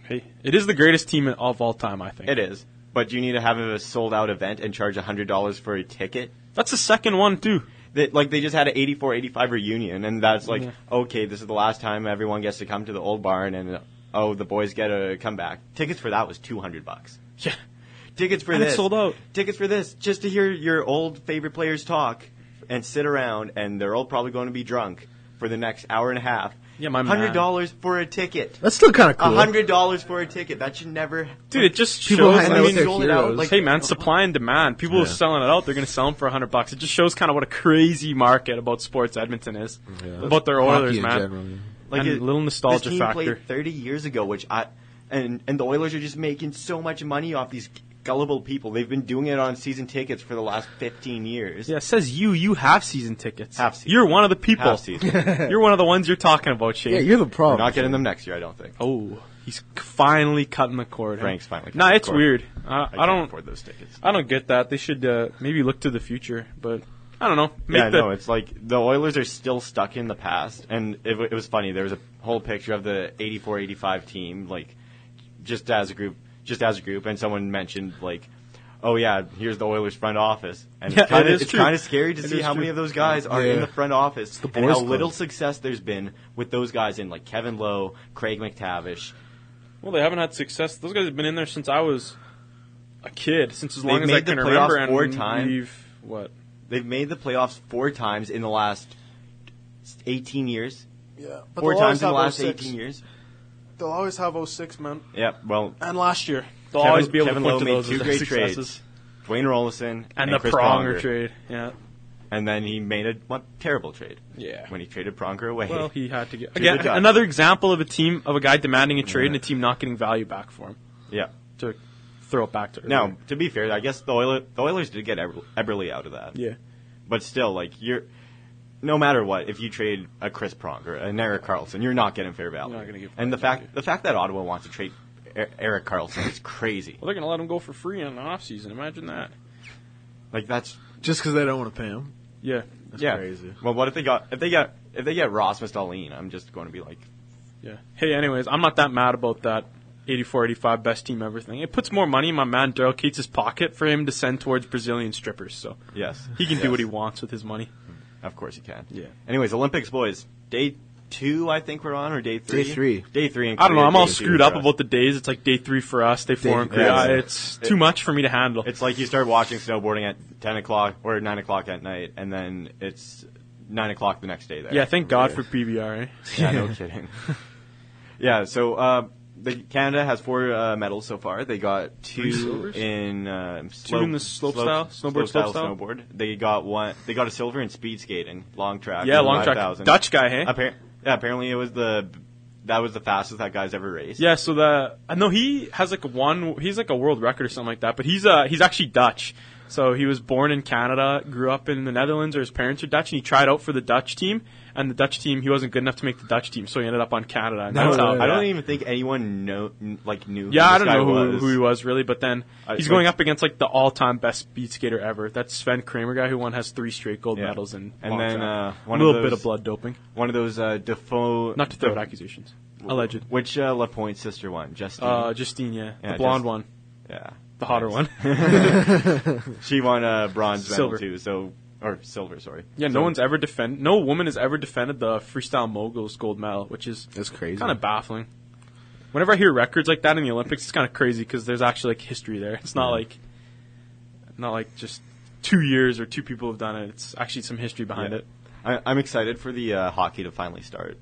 Hey, it is the greatest team of all time, I think. It is, but you need to have a sold out event and charge hundred dollars for a ticket. That's the second one too. That like they just had an 84, 85 reunion, and that's like Yeah. okay, this is the last time everyone gets to come to the old barn, and uh, oh, the boys get a comeback. Tickets for that was two hundred bucks. Yeah. Tickets for And it's this sold out. Tickets for this just to hear your old favorite players talk and sit around, and they're all probably going to be drunk for the next hour and a half. Yeah, my man. hundred dollars for a ticket. That's still kind of A cool. hundred dollars for a ticket. That should never. Dude, it just People shows. hang I out with mean, their sold it out, heroes. like- hey man, supply and demand. People are selling it out. They're going to sell them for hundred bucks. It just shows kind of what a crazy market about sports Edmonton is. About their Hockey Oilers, in man. general, yeah. Like And it- little nostalgia this team factor. Played Thirty years ago, which I and and the Oilers are just making so much money off these gullible people. They've been doing it on season tickets for the last fifteen years. Yeah, it says you. You have season tickets. Half season. You're one of the people. Half season. You're one of the ones you're talking about, Shane. Yeah, you're the We're problem. not getting them next year, I don't think. oh, he's c- finally cutting the cord. eh? Frank's finally Nah, cutting the it's cord. weird. I, I, can't don't. afford those tickets. I don't get that. They should uh, maybe look to the future, but I don't know. Make Yeah, the, no, it's like the Oilers are still stuck in the past, and it, w- it was funny. There was a whole picture of the 84-85 team, like just as a group, just as a group, and someone mentioned like, "Oh yeah, here's the Oilers front office," and Yeah, it's kind it of is it's true. kind of scary to It see is how many true. of those guys are Yeah. in the front office the and boys' how club. little success there's been with those guys in like Kevin Lowe, Craig McTavish. well, they haven't had success. Those guys have been in there since I was a kid, since as They've long as I made the can playoffs remember. And four times. we've what? They've made the playoffs four times in the last 18 years. Yeah, but Four they'll always times in the have last 06. 18 years. They'll always have 06, man. Yeah, well, And last year. They'll Kevin- always be able Kevin to Lowe point made to those two as their great successes. trades. Dwayne Rollison And, and, the Chris Pronger Pronger. trade. Yeah. and then he made a what, terrible trade. Yeah. when he traded Pronger away. Well, he had to get the again Ducks. another example of a team of a guy demanding a trade and a team not getting value back for him. yeah. To throw it back to earlier. Now, to be fair, I guess the, Oiler, the Oilers did get Eber- Eberle out of that. Yeah. but still, like you're, no matter what, if you trade a Chris Pronger, an Eric Carlson, you're not getting fair value. You're not gonna get fair and the value. fact the fact that Ottawa wants to trade Er- Eric Carlson is crazy. Well, they're gonna let him go for free in the offseason. Imagine that. Like that's Just because they don't want to pay him. Yeah. yeah. crazy. Well, what if they got if they got if they get Rasmus Dahlin? I'm just going to be like, Yeah. Hey, anyways, I'm not that mad about that 84 85 best team ever thing. It puts more money in my man Daryl Cates' pocket for him to send towards Brazilian strippers, so yes, he can do yes. what he wants with his money. Of course you can. Yeah. Anyways, Olympics, boys. Day two, I think we're on, or day three. Day three. Day three. In I don't know. Korea, I'm all day two screwed for up us. about the days. It's like day three for us, day four Day- in Korea. yeah. It's too much for me to handle. It's like you start watching snowboarding at ten o'clock or nine o'clock at night, and then it's nine o'clock the next day. There. yeah, thank God for PBR. Eh? Yeah, no kidding. yeah, so uh, the, Canada has four uh, medals so far. They got two silvers? in uh, Two in the slope style? Snowboard, slope style? snowboard. They got one. They got a silver in speed skating, long track. Yeah, long 5,000. track. Dutch guy, hey? Appar- yeah, apparently it was the that was the fastest that guy's ever raced. Yeah, so the I know he has like one he's like a world record or something like that, but he's uh he's actually Dutch. So he was born in Canada, grew up in the Netherlands or his parents are Dutch and he tried out for the Dutch team and the Dutch team he wasn't good enough to make the Dutch team, so he ended up on Canada. And No that's I how, don't, I don't yeah. even think anyone know kn- like knew. Yeah, who I this don't guy know who, was. who he was really, but then I- he's like- going up against like the all-time best speed skater ever. That Sven Kramer guy who won has three straight gold Yeah. medals and And then, uh, one a of little bit those- of blood doping, One of those uh, Defoe. not to throw out Def- accusations, alleged. Which uh, LaPointe's sister one? Justine. Uh, Justine, yeah, Yeah, the blonde Just- one, yeah, the hotter one. she won a bronze Silver. medal too. So or silver, sorry. Yeah, no So- one's e-, ever defend. No woman has ever defended the freestyle moguls gold medal, which is That's crazy. kind of baffling. Whenever I hear records like that in the Olympics, it's kind of crazy because there's actually like history there. It's not like, not like just two years or two people have done it. It's actually some history behind Yeah. it. I, I'm excited for the uh, hockey to finally start,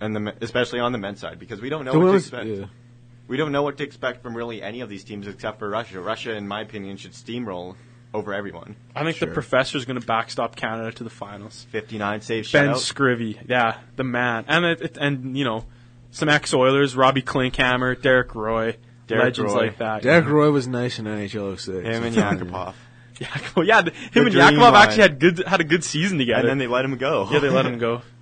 and the men- especially on the men's side because we don't know The what to women's- expect. yeah. We don't know what to expect from really any of these teams except for Russia. Russia, in my opinion, should steamroll over everyone. I think the professor's going to backstop Canada to the finals. 59 save Ben shutout. Scrivey, yeah, the man, and it, it, and you know, some ex Oilers, Robbie Klinkhammer, Derek Roy, Derek legends Roy. like that. Derek Roy was nice in NHL him 06. and Yakupov, Yakov, yeah, th- him The and dream Yakov line. actually had good had a good season together. and then they let him go. Yeah, they let him go.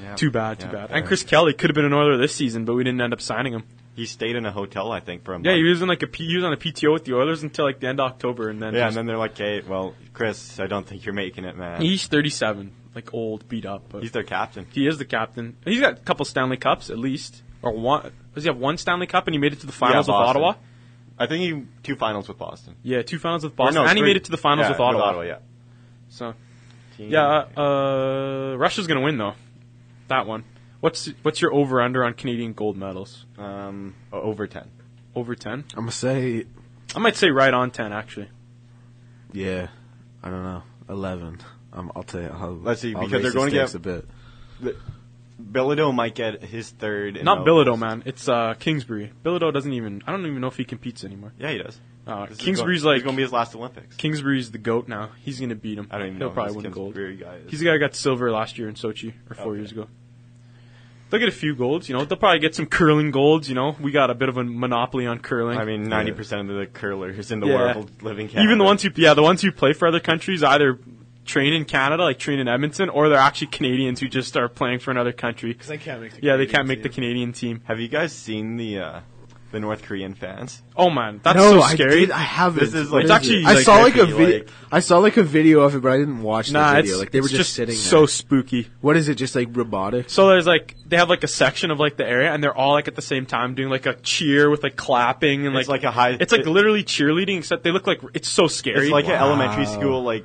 Yeah. Too bad, too Yeah. bad. And Chris Kelly could have been an Oiler this season, but we didn't end up signing him. He stayed in a hotel, I think, for a month. Yeah, he was in like a P- he was on a PTO with the Oilers until like the end of October, and then Yeah, just- and then they're like, "Okay, well, Chris, I don't think you're making it, man." he's thirty seven. like old, beat up. But He's their captain. he is the captain. He's got a couple Stanley Cups at least, or one. Does he have one Stanley Cup and he made it to the finals with Boston. Ottawa? I think he two finals with Boston. Yeah, two finals with Or Boston, and he three. made it to the finals Yeah, with Ottawa. yeah. So Team- yeah, uh, Russia's gonna win though. That one. What's what's your over under on Canadian gold medals? Um, o- over ten. Over ten? I'm gonna say, I might say right on ten actually. yeah, I don't know, eleven. Um, I'll tell you. I'll, Let's see, I'll because raise they're the gonna get- stakes a bit. Bilodeau might get his third. in Not the- Bilodeau, man. It's uh, Kingsbury. Bilodeau doesn't even. I don't even know if he competes anymore. Yeah, he does. Uh, This is Kingsbury's going, like going to be his last Olympics. Kingsbury's the goat now. He's gonna beat him. I don't even He'll know. probably who win this gold. Kingsbury guy is. He's the guy who got silver last year in Sochi, or four Okay. years ago. They'll get a few golds, you know. They'll probably get some curling golds, you know. We got a bit of a monopoly on curling. I mean, ninety percent of the curlers in the Yeah. world live in Canada. even the ones who yeah the ones who play for other countries either train in Canada like train in Edmonton or they're actually Canadians who just are playing for another country. Because they can't make the Yeah, they can't make the Canadian team. Have you guys seen the uh, the North Korean fans? Oh man, that's no, so scary. I did. I haven't. This is, like, It's actually, I like, saw like a iffy, video. like- I saw like a video of it, but I didn't watch nah, the it's, video. like they were it's just, sitting. so there. spooky. what is it? Just like robotics. So there's like they have like a section of like the area and they're all like at the same time doing like a cheer with like clapping and like It's like a high- It's like it- literally cheerleading except they look like it's so scary. It's like an yeah, elementary school, like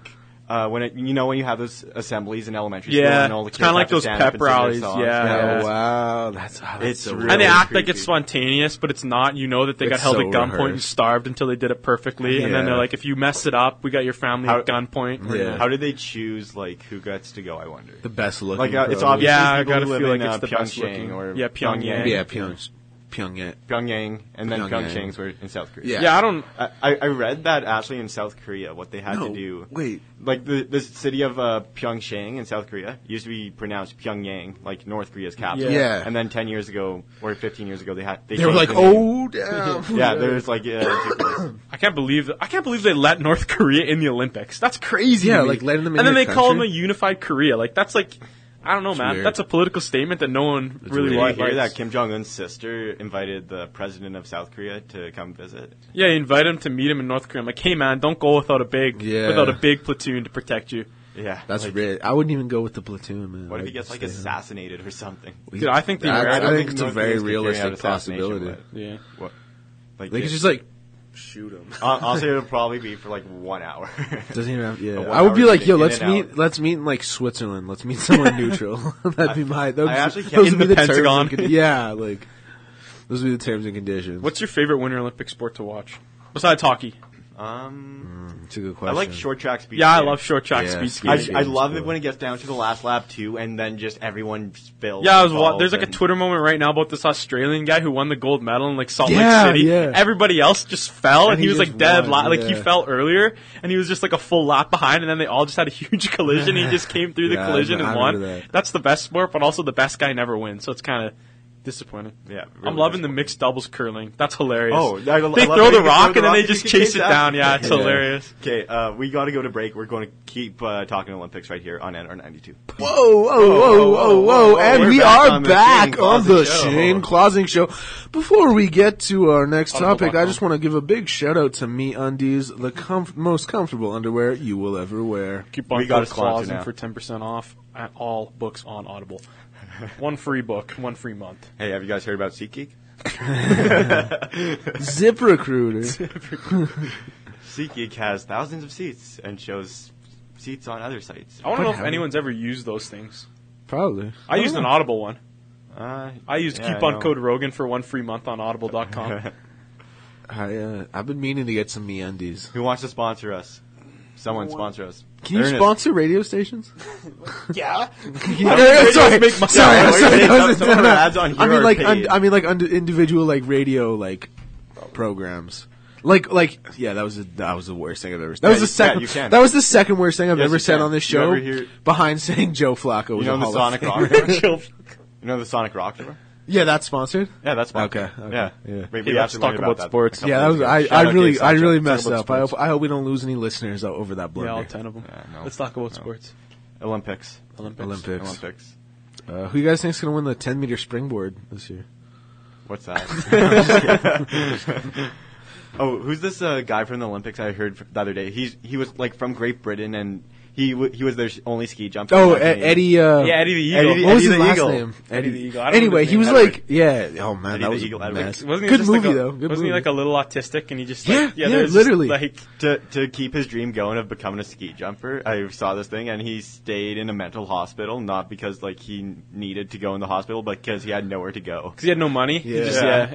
uh, when it, you know when you have those assemblies in elementary school. Yeah, and all the it's kids kinda like have to those stand up pep and sing their rallies, songs. yeah. Oh Yeah. wow, that's wow, that's It's so really and they really act like creepy. it's spontaneous, but it's not. You know that they got It's held so at gunpoint and rehearsed. starved until they did it perfectly, and then Yeah. they're like, "If you mess it up, we got your family How- at gunpoint." Yeah. How did they choose like who gets to go? I wonder. the best looking. Like uh, it's probably. obviously Yeah, I people gotta who live feel in, like uh, it's the best looking. Pyongyang or Yeah, Pyongyang. Yeah, Pyong, Pyongyang. Pyongyang, and then Pyongyang. Pyeongchang's were in South Korea. Yeah. Yeah, I don't. I, I- I read that actually in South Korea, what they had No, to do. wait. Like the the city of uh, Pyeongchang in South Korea used to be pronounced Pyongyang, like North Korea's capital. Yeah. Yeah. And then ten years ago or fifteen years ago, they had they, They were changed like, the name. oh damn. yeah. There's like uh, I can't believe. I can't believe they let North Korea in the Olympics. That's crazy. Yeah, to me. like, letting them in And then your they call them a country? unified Korea. Like that's like, I don't know, man. weird. That's a political statement that no one really did you likes. hear that Kim Jong Un's sister invited the president of South Korea to come visit? Yeah, you invite him to meet him in North Korea. I'm like, hey man, don't go without a big, Yeah. without a big platoon to protect you. Yeah, That's like, rich. I wouldn't even go with the platoon, man. What if I'd he gets like stay home. assassinated or something? Dude, I think the I- American- I, think, it's a North Koreans very could carry out realistic assassination, possibility. Yeah. but What? Like, They it- could just like shoot him. Hon- Honestly, it'll probably be for like one hour. Doesn't even have. Yeah, one I would be hour like, to yo, get let's in and meet. out. Let's meet in like Switzerland. Let's meet somewhere neutral. That'd be my. Those, I actually can't- those in would be the the terms Pentagon. and condi- yeah, like those would be the terms and conditions. What's your favorite Winter Olympic sport to watch besides hockey? um, It's a good I question. like short track speed. Yeah, I skating. love short track Yeah, speed I, speed skating. I skating's love it cool. when it gets down to the last lap too, and then just everyone spills. Yeah, I was wa- balls there's like a and- Twitter moment right now about this Australian guy who won the gold medal in like Salt Yeah, Lake City. yeah. Everybody else just fell, and, And he, he was just like dead. won, La- Like he yeah. fell earlier, and he was just like a full lap behind, and then they all just had a huge collision. he just came through the Yeah, I collision rem- I and won. remember that. That's the best sport, but also the best guy never wins. So it's kind of disappointing. Yeah, I'm loving the mixed doubles curling. That's hilarious. Oh, I- I love they that throw you the can rock and then they you just can chase it down. Yeah, it's Yeah. hilarious. Okay, uh, we got to go to break. We're going to keep uh, talking Olympics right here on NR92. Whoa, whoa, whoa, whoa, whoa! And We're we back are on the back Shane on Clausing the show. Shane Clausing show. Before we get to our next Audible topic, dot I com. just want to give a big shout out to Me Undies, the comf- most comfortable underwear you will ever wear. Coupon We got code a sponsor Clausen now. for ten percent off at all books on Audible. one free book, one free month. Hey, have you guys heard about SeatGeek? Zip Recruiter. SeatGeek has thousands of seats and shows seats on other sites. I want to know if haven't- anyone's ever used those things. Probably. I used Oh. an Audible one. Uh, I used yeah, coupon know. code Rogan for one free month on Audible.com. I, uh, I've been meaning to get some Me Undies. Who wants to sponsor us? Someone sponsor us. Can you Ernest. sponsor radio stations? yeah, Yeah, sorry, make money. sorry, Yeah, we're gonna I'm sorry, I have wasn't- some of our ads on I here mean, are like, paid. un- I mean, like, under individual like radio like programs. Like, like, yeah, that was a, that was the worst thing I've ever. That was you the can, second. you can. That was the second worst thing I've Yes, ever you said can. on this You show. ever hear- behind saying Joe Flacco You was know a the Hall Sonic of Famer. Rock? You know the Sonic Rock? drummer? Yeah, that's sponsored. Yeah, that's fine. Okay, okay, Yeah. yeah. We, Hey, we let's actually talk learned about that sports. a couple Yeah, that was. days I, ago. I Shout out really, Dave I Sancho. really Talk messed about up. I hope, sports. I hope we don't lose any listeners o- over that yeah, all blunder. ten of them. Yeah, no. Let's talk about No. sports. Olympics. Olympics. Olympics. Olympics. Uh, who you guys think's gonna win the ten meter springboard this year? What's that? oh, who's this uh, guy from the Olympics I heard f- the other day? He's he was like from Great Britain and He w- he was their sh- only ski jumper. Oh, E- in that game. Eddie. Uh, Yeah, Eddie the Eagle. Eddie the- What was his the last Eagle. name? Eddie the Eagle. I don't remember Anyway, his he name. was Edward. like, yeah. Oh man, Eddie that the was Eagle, a Edward. mess. Wasn't he Good just movie like a, though. Good wasn't movie. he like a little autistic and he just like, Yeah, yeah, yeah, there's just, literally. like to to keep his dream going of becoming a ski jumper, I saw this thing and he stayed in a mental hospital, not because like he needed to go in the hospital, but because he had nowhere to go. because he had no money. He Yeah. just- Yeah.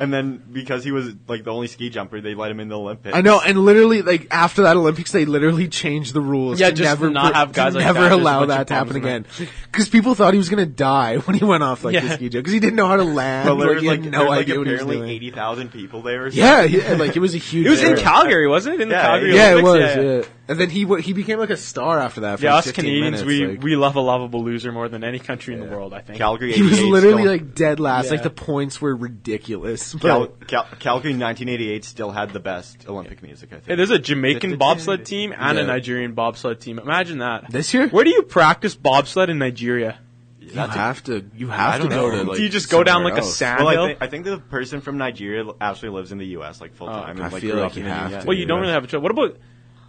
And then because he was like the only ski jumper, they let him in the Olympics. I know, and literally, like after that Olympics, they literally changed the rules. Yeah, to just never not put- have guys to like never that. There's a allow bunch of that to happen bums in again. Because people thought he was gonna die when he went off like Yeah. the ski jump because he didn't know how to land. But there like, was he had like, no there was, like, idea what he was apparently doing. eighty thousand people there. Or yeah, yeah, like it was a huge. It was in error. Calgary, wasn't it? In the Yeah, Calgary Yeah, it was. Olympics? Yeah. and then he wa- he became like a star after that. For Yeah, like, us 15 Canadians, minutes, we, like. we love a lovable loser more than any country in the world, I think. Calgary. He was 88 's literally still- like dead last. Yeah. Like the points were ridiculous. But Cal- Cal- Calgary 1988 still had the best Olympic music. I think. Hey, there's a Jamaican bobsled team and a Yeah. Nigerian bobsled team. Imagine that. This year? Where do you practice bobsled in Nigeria? you That's a- have to. You I have to don't go know. to. Like, do you just go down somewhere like a else. sand Well, I, hill? thi- I think the person from Nigeria l- actually lives in the U.S. like full time. Oh, I and, like, feel grew like up you in the have US. to. well, you don't really have a choice. What about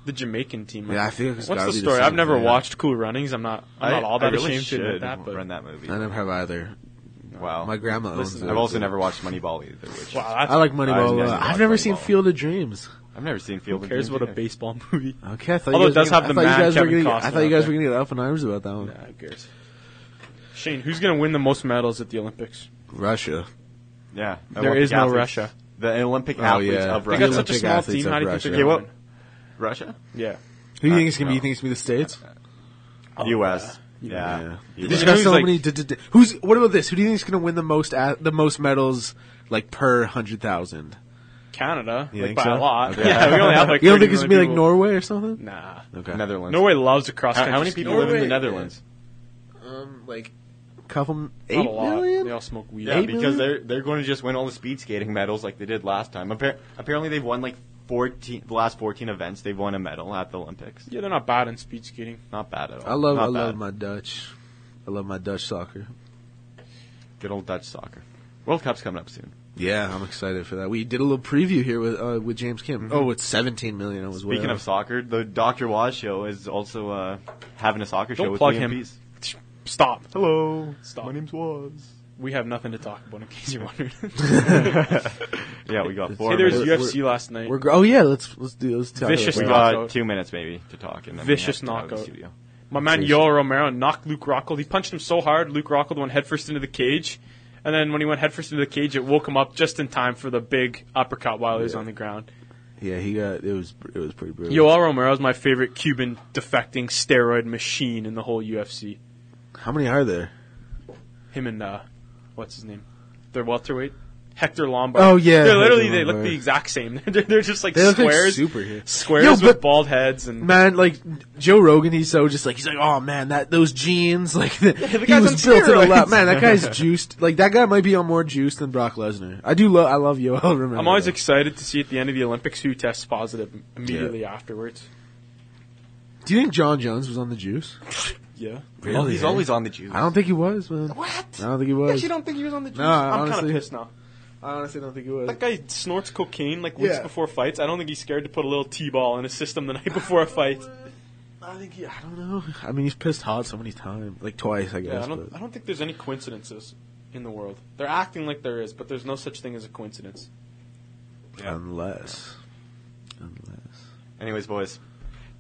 the Jamaican team? Yeah, I think it's What's gotta the be the story? I've same never thing, yeah. watched Cool Runnings. I'm not. I'm not all that ashamed to admit that. But run that movie. I never have either. Wow. My grandma owns Listen, it. I've also never watched Moneyball either. Which wow, that's, I like I've Moneyball. never I've, I've watched never seen Moneyball. Field of Dreams. I've never seen Field. who of cares Dreams about a either. baseball movie? Okay, I thought Although you it guys were gonna, does have the I thought mad you guys Kevin were gonna, Costner I thought you guys out were gonna get up in arms about that one. Nah, who cares? Shane, who's gonna win the most medals at the Olympics? Russia. Yeah. There Olympic is no athletes. Russia. The Olympic Oh, athletes yeah. of They They Russia. got such a Olympic small athletes team. of How do you think Russia. they're gonna Okay, win? Russia. Yeah. Who do you Uh, think it's gonna be? no. You think it's gonna be the States? Oh, U.S. Yeah. They US. just got Who's so like- many. d- d- d- Who's? What about this? Who do you think is gonna win the most? a- The most medals, like per hundred thousand. Canada, You like think by so? a lot. Okay. Yeah, we only have like. You don't 30 think it's gonna be million like Norway or something? people. Nah. Okay. Netherlands. Norway loves the cross How, country. how many people live in the Netherlands? Um, like couple Not eight a lot. million? They all smoke weed. Yeah, Eight because million? they're they're going to just win all the speed skating medals like they did last time. Appar- apparently, they've won like fourteen the last fourteen events. They've won a medal at the Olympics. Yeah, they're not bad in speed skating. Not bad at all. I love. Not I love bad. my Dutch. I love my Dutch soccer. good old Dutch soccer. World Cup's coming up soon. Yeah, I'm excited for that. We did a little preview here with uh, with James Kim. Oh, it's 17 million. It was way Speaking off. of soccer, the Dr. Waz show is also uh, having a soccer show Don't with plug Liam him. Pease. Stop. Hello, Stop. my name's Waz. We have nothing to talk about in case you're wondering. Yeah, we got four. hey, there was minutes. We're- UFC last night. We're gr- oh yeah, let's let's do let's talk Vicious we about got knockout. two minutes maybe to talk, and then Vicious we have to get out of the knockout. studio. My man Yoel Romero knocked Luke Rockhold. He punched him so hard, Luke Rockhold went headfirst into the cage. And then when he went headfirst into the cage, it woke him up just in time for the big uppercut while he was on the ground. that. Yeah, he got it was it was pretty brutal. Yoel Romero is my favorite Cuban defecting steroid machine in the whole UFC. How many are there? Him and uh, what's his name? Their welterweight, Hector Lombard. Oh, yeah, they're literally Hector they look Lombard. the exact same. They're, they're just like They look like squares, superheroes. squares Yo, with but- bald heads and Man, like Joe Rogan, he's so just like he's like, oh man, that those jeans, like the, he guy's was on built in a steroids. lot. Man, that guy's juiced. Like that guy might be on more juice than Brock Lesnar. I do love, I love Yoel. Romero. I'm always though. excited to see at the end of the Olympics who tests positive immediately afterwards. do you think John Jones was on the juice? Yeah. Oh, he's always on the juice. I don't think he was, man. What? I don't think he was. don't think he was on the juice? I I'm kind of honestly- pissed now. I honestly don't think he was. That guy snorts cocaine like weeks Yeah. before fights. I don't think he's scared to put a little T-ball in his system the night before a fight. I think he, I don't know. I mean, he's pissed hot so many times, like twice, I guess. Yeah, I don't, I don't think there's any coincidences in the world. They're acting like there is, but there's no such thing as a coincidence. but unless, unless, Anyways, boys,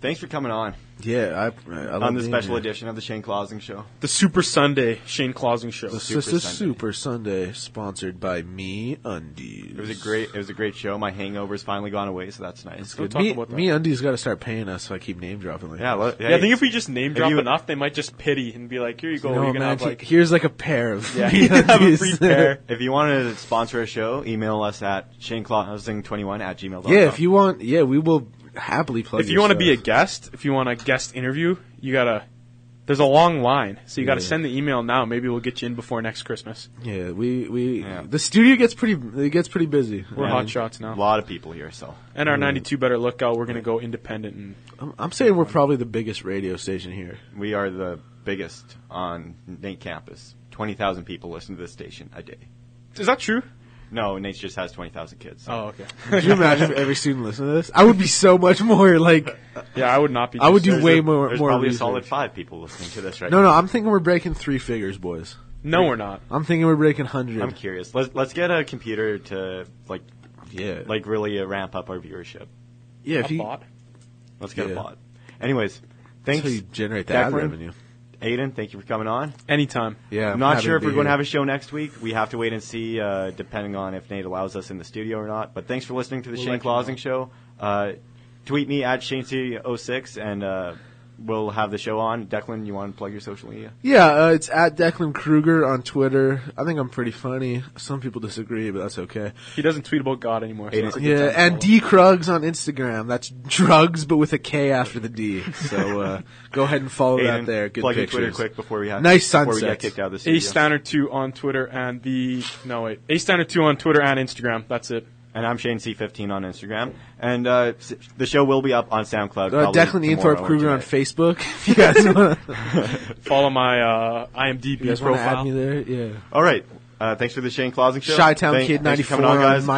thanks for coming on yeah, I, I love on the being special here. edition of the Shane Clausing show. The Super Sunday Shane Clausing show. This Super is the Sunday. Super Sunday, sponsored by Me Undies. It was a great, it was a great show. My hangover's finally gone away, so that's nice. Don't talk Me, about that. me Undies got to start paying us, so I keep name dropping. Like Yeah, this. well, yeah, I think if we just name drop you- enough, they might just pity and be like, "Here you go, No, you're gonna man, have he- like here's like a pair of yeah, Me you have a Undies. free pair." If you want to sponsor a show, email us at shaneclausing21 at gmail.com. yeah, if you want, yeah, we will happily plug. if you want to be a yourself. guest, if you want a guest interview, you gotta. There's a long line, so you gotta Yeah. send the email now. Maybe we'll get you in before next Christmas. yeah, we we Yeah. the studio gets pretty it gets pretty busy. We're Yeah. hot shots A now, lot of people here, so. and our 92 better lookout. We're gonna go independent, and I'm, I'm saying we're probably the biggest radio station here. We are the biggest on Nate campus. 20,000 people listen to this station a day. is that true? No, Nate just has twenty thousand kids. Oh, okay. Could you imagine if every student listened to this? I would be so much more like Yeah, I would not be. I would do disturbed. way There's more- more probably research. a solid five people listening to this right no, now. no. I'm thinking we're breaking three figures, boys. No, we're not. I'm thinking we're breaking 100 I'm curious. Let's let's get a computer to like yeah, like really uh, ramp up our viewership. yeah. If A you bot. Let's get Yeah. a bot. Anyways, that's thanks, how you generate that ad Declan. revenue. Aiden. Thank you for coming on. Anytime. Yeah, I'm not happy sure if be we're going to here. have a show next week. We have to wait and see, uh, depending on if Nate allows us in the studio or not. But thanks for listening to the Shane let you Clausing show. Uh, tweet me at ShaneC06 and uh, we'll have the show on. Declan, you want to plug your social media? Yeah, uh, it's at Declan Kruger on Twitter. I think I'm pretty funny. Some people disagree, but that's okay. He doesn't tweet about God anymore. So Aiden- it's a good Yeah, time to and follow. D Krugs on Instagram. That's drugs, but with a K after the D. So uh, go ahead and follow that Aiden, there. Good plug pictures. your Twitter quick before we have Nice before we get sunsets. kicked out of the studio. Ace Downer two on Twitter and the no wait Ace Downer two on Twitter and Instagram. That's it. And I'm Shane C15 on Instagram. And uh, s- the show will be up on SoundCloud. Uh, probably Declan tomorrow Eanthorpe or Kruger on today. Facebook. If you guys want to Follow my uh, IMDb guys wanna profile. add me there, yeah. All right. Uh, thanks for the Shane Clausing show. Chi Town Thank- Kid thanks ninety for four coming on, guys. on